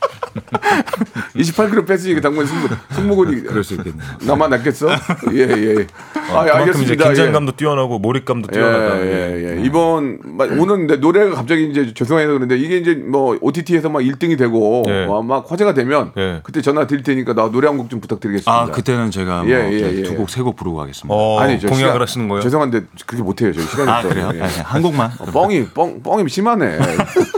Speaker 1: 28kg 뺐으니까 당분 승모, 승모근이
Speaker 5: 그럴 수 있겠네요. 어,
Speaker 1: 나만 낫겠어? 예, 예. 아, 예,
Speaker 5: 그만큼 이제
Speaker 1: 알겠습니다. 예.
Speaker 5: 긴장감도 뛰어나고 몰입감도
Speaker 1: 예,
Speaker 5: 뛰어나다.
Speaker 1: 예,
Speaker 5: 네.
Speaker 1: 예. 이번 마- 오늘 근데 노래가 갑자기 이제 죄송해서 그런데 이게 이제 뭐 OTT에서 막 1등이 되고
Speaker 5: 예.
Speaker 1: 막- 막 화제가 되면
Speaker 5: 예.
Speaker 1: 그때 전화 드릴 테니까 나 노래 한 곡 좀 부탁드리겠습니다.
Speaker 6: 아 그때는 제가 뭐
Speaker 1: 예, 예, 예.
Speaker 6: 두 곡 세 곡 부르고 가겠습니다.
Speaker 5: 어,
Speaker 1: 아니, 저
Speaker 5: 공약을
Speaker 1: 시간-
Speaker 5: 하시는 거예요?
Speaker 1: 죄송한데 그렇게 못 해요. 저희 시간이
Speaker 6: 아
Speaker 1: 없어요.
Speaker 6: 그래요?
Speaker 1: 예.
Speaker 6: 아, 그냥 한 곡만.
Speaker 1: 어, 뻥이 뻥 뻥이 심하네.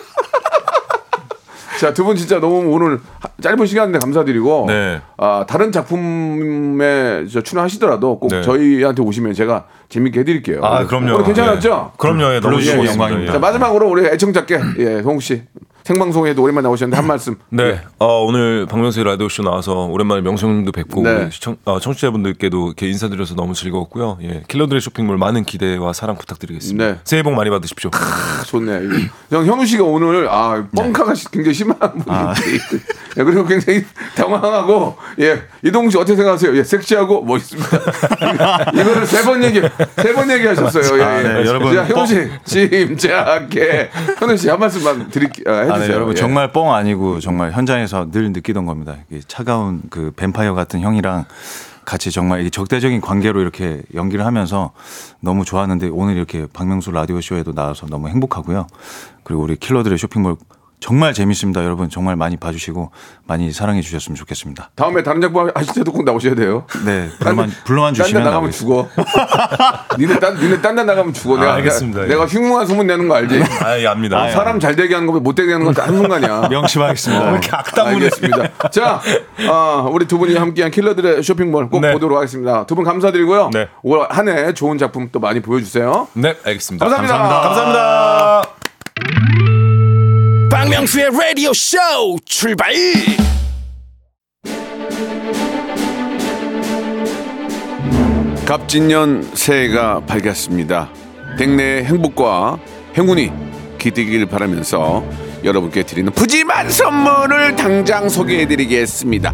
Speaker 1: 자, 두 분 진짜 너무 오늘 하- 짧은 시간인데 감사드리고
Speaker 5: 네.
Speaker 1: 아, 다른 작품에 저 출연하시더라도 꼭
Speaker 5: 네.
Speaker 1: 저희한테 오시면 제가 재밌게 해 드릴게요.
Speaker 5: 아 그럼요.
Speaker 1: 오늘 괜찮았죠?
Speaker 5: 예. 그럼요. 예, 너무
Speaker 6: 불러주신
Speaker 5: 즐거웠습니다. 예.
Speaker 6: 영광입니다.
Speaker 1: 자, 마지막으로 우리 애청자께 예, 송욱 씨 생방송에도 오랜만에 나오셨는데 한 말씀.
Speaker 5: 네. 어, 오늘 박명수의 라디오 쇼 나와서 오랜만에 명성님도 뵙고
Speaker 1: 네.
Speaker 5: 우리 시청, 아, 청취자분들께도 이렇게 인사드려서 너무 즐거웠고요. 예. 킬러들의 쇼핑몰 많은 기대와 사랑 부탁드리겠습니다.
Speaker 1: 네.
Speaker 5: 새해 복 많이 받으십시오.
Speaker 1: 아, 좋네. 형 현우 씨가 오늘 아 뻥카가 시- 굉장히 심한 분인데
Speaker 6: 아.
Speaker 1: 예, 그리고 굉장히 당황하고 예 이동 씨 어떻게 생각하세요? 예 섹시하고 멋있습니다. 이거를 세 번 얘기 세 번 얘기하셨어요. 예, 예.
Speaker 6: 아, 네, 여러분,
Speaker 1: 자, 현우 씨 짐작해 현우 씨 한 말씀만 드릴게 아, 해주세요.
Speaker 6: 아, 네, 여러분
Speaker 1: 예.
Speaker 6: 정말 뻥 아니고 정말 현장에서 늘 느끼던 겁니다. 이 차가운 그 뱀파이어 같은 형이랑 같이 정말 이 적대적인 관계로 이렇게 연기를 하면서 너무 좋았는데 오늘 이렇게 박명수 라디오 쇼에도 나와서 너무 행복하고요. 그리고 우리 킬러들의 쇼핑몰 정말 재밌습니다. 여러분 정말 많이 봐주시고 많이 사랑해 주셨으면 좋겠습니다.
Speaker 1: 다음에 다른 작품 하실 때도 꼭 나오셔야 돼요.
Speaker 6: 네,
Speaker 1: 딴
Speaker 6: 불러만
Speaker 1: 데-
Speaker 6: 불러만
Speaker 1: 딴데
Speaker 6: 주시면
Speaker 1: 나가면
Speaker 6: 나오겠습니다. 아,
Speaker 1: 죽어. 니네 딴 니네 딴 데 나가면 죽어. 내가
Speaker 5: 알겠습니다. 예.
Speaker 1: 내가 흉흉한 소문 내는 거 알지?
Speaker 6: 네.
Speaker 5: 아, 예, 압니다. 예.
Speaker 1: 사람 잘 되게 하는 거면 못 되게 하는 건 다 아, 한순간이야.
Speaker 6: 명심하겠습니다.
Speaker 1: 알겠습니다. 자, 아, 우리 두 분이 함께한 킬러들의 쇼핑몰 꼭
Speaker 5: 네.
Speaker 1: 보도록 하겠습니다. 두 분 감사드리고요.
Speaker 5: 네.
Speaker 1: 올 한 해 좋은 작품 또 많이 보여주세요.
Speaker 5: 네, 알겠습니다.
Speaker 1: 감사합니다.
Speaker 5: 감사합니다.
Speaker 4: 박명수의 라디오 쇼 출발
Speaker 1: 갑진년 새해가 밝았습니다. 댁내의 행복과 행운이 기대길 바라면서 여러분께 드리는 푸짐한 선물을 당장 소개해드리겠습니다.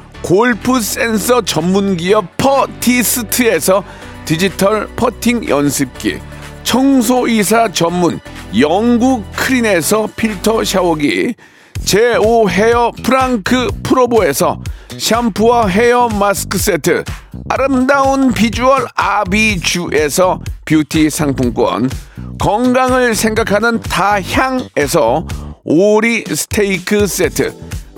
Speaker 1: 골프 센서 전문기업 퍼티스트에서 디지털 퍼팅 연습기 청소이사 전문 영국 크린에서 필터 샤워기 제5 헤어 프랑크 프로보에서 샴푸와 헤어 마스크 세트 아름다운 비주얼 아비주에서 뷰티 상품권 건강을 생각하는 다향에서 오리 스테이크 세트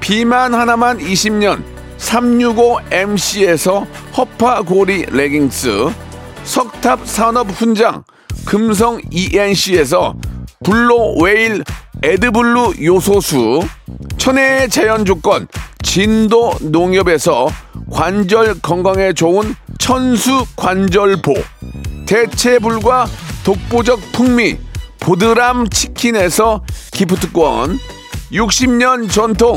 Speaker 1: 비만 하나만 20년 365MC에서 허파고리 레깅스 석탑 산업 훈장 금성 ENC에서 블로웨일 에드블루 요소수 천혜의 자연 조건 진도 농협에서 관절 건강에 좋은 천수 관절보 대체불과 독보적 풍미 보드람 치킨에서 기프트권 60년 전통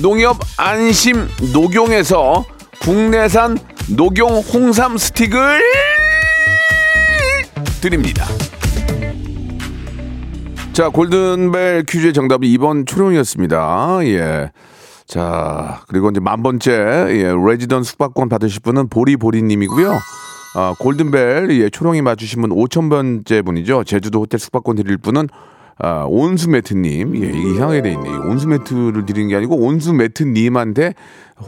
Speaker 1: 농협 안심 녹용에서 국내산 녹용 홍삼 스틱을 드립니다. 자, 골든벨 퀴즈의 정답은 2번 초룡이었습니다. 예. 자, 그리고 이제 만 번째, 예, 레지던 숙박권 받으실 분은 보리보리님이고요. 아, 골든벨, 예, 초롱이 맞으신 분 5,000번째 분이죠. 제주도 호텔 숙박권 드릴 분은 아, 온수매트님. 예, 이게 이상하게 돼 있네. 이 온수매트를 드리는 게 아니고 온수매트님한테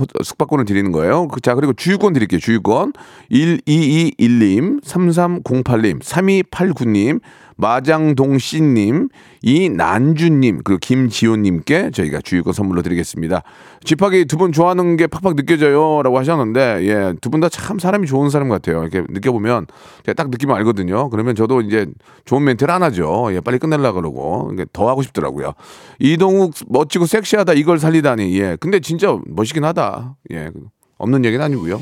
Speaker 1: 호- 숙박권을 드리는 거예요. 그- 자, 그리고 주유권 드릴게요. 주유권. 1221님, 3308님, 3289님, 마장동씨님, 이난주님, 그리고 김지호님께 저희가 주유권 선물로 드리겠습니다. 집하기 두 분 좋아하는 게 팍팍 느껴져요. 라고 하셨는데, 예, 두 분 다 참 사람이 좋은 사람 같아요. 이렇게 느껴보면, 제가 딱 느끼면 알거든요. 그러면 저도 이제 좋은 멘트를 안 하죠. 예, 빨리 끝내려고 그러고. 그러니까 더 하고 싶더라고요. 이동욱 멋지고 섹시하다 이걸 살리다니. 예, 근데 진짜 멋있긴 하다. 예, 없는 얘기는 아니고요.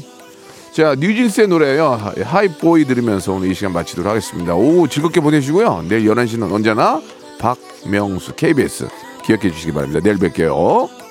Speaker 1: 자, 뉴진스의 노래예요. 하이보이 들으면서 오늘 이 시간 마치도록 하겠습니다. 오후 즐겁게 보내시고요. 내일 11시는 언제나 박명수 KBS 기억해 주시기 바랍니다. 내일 뵐게요.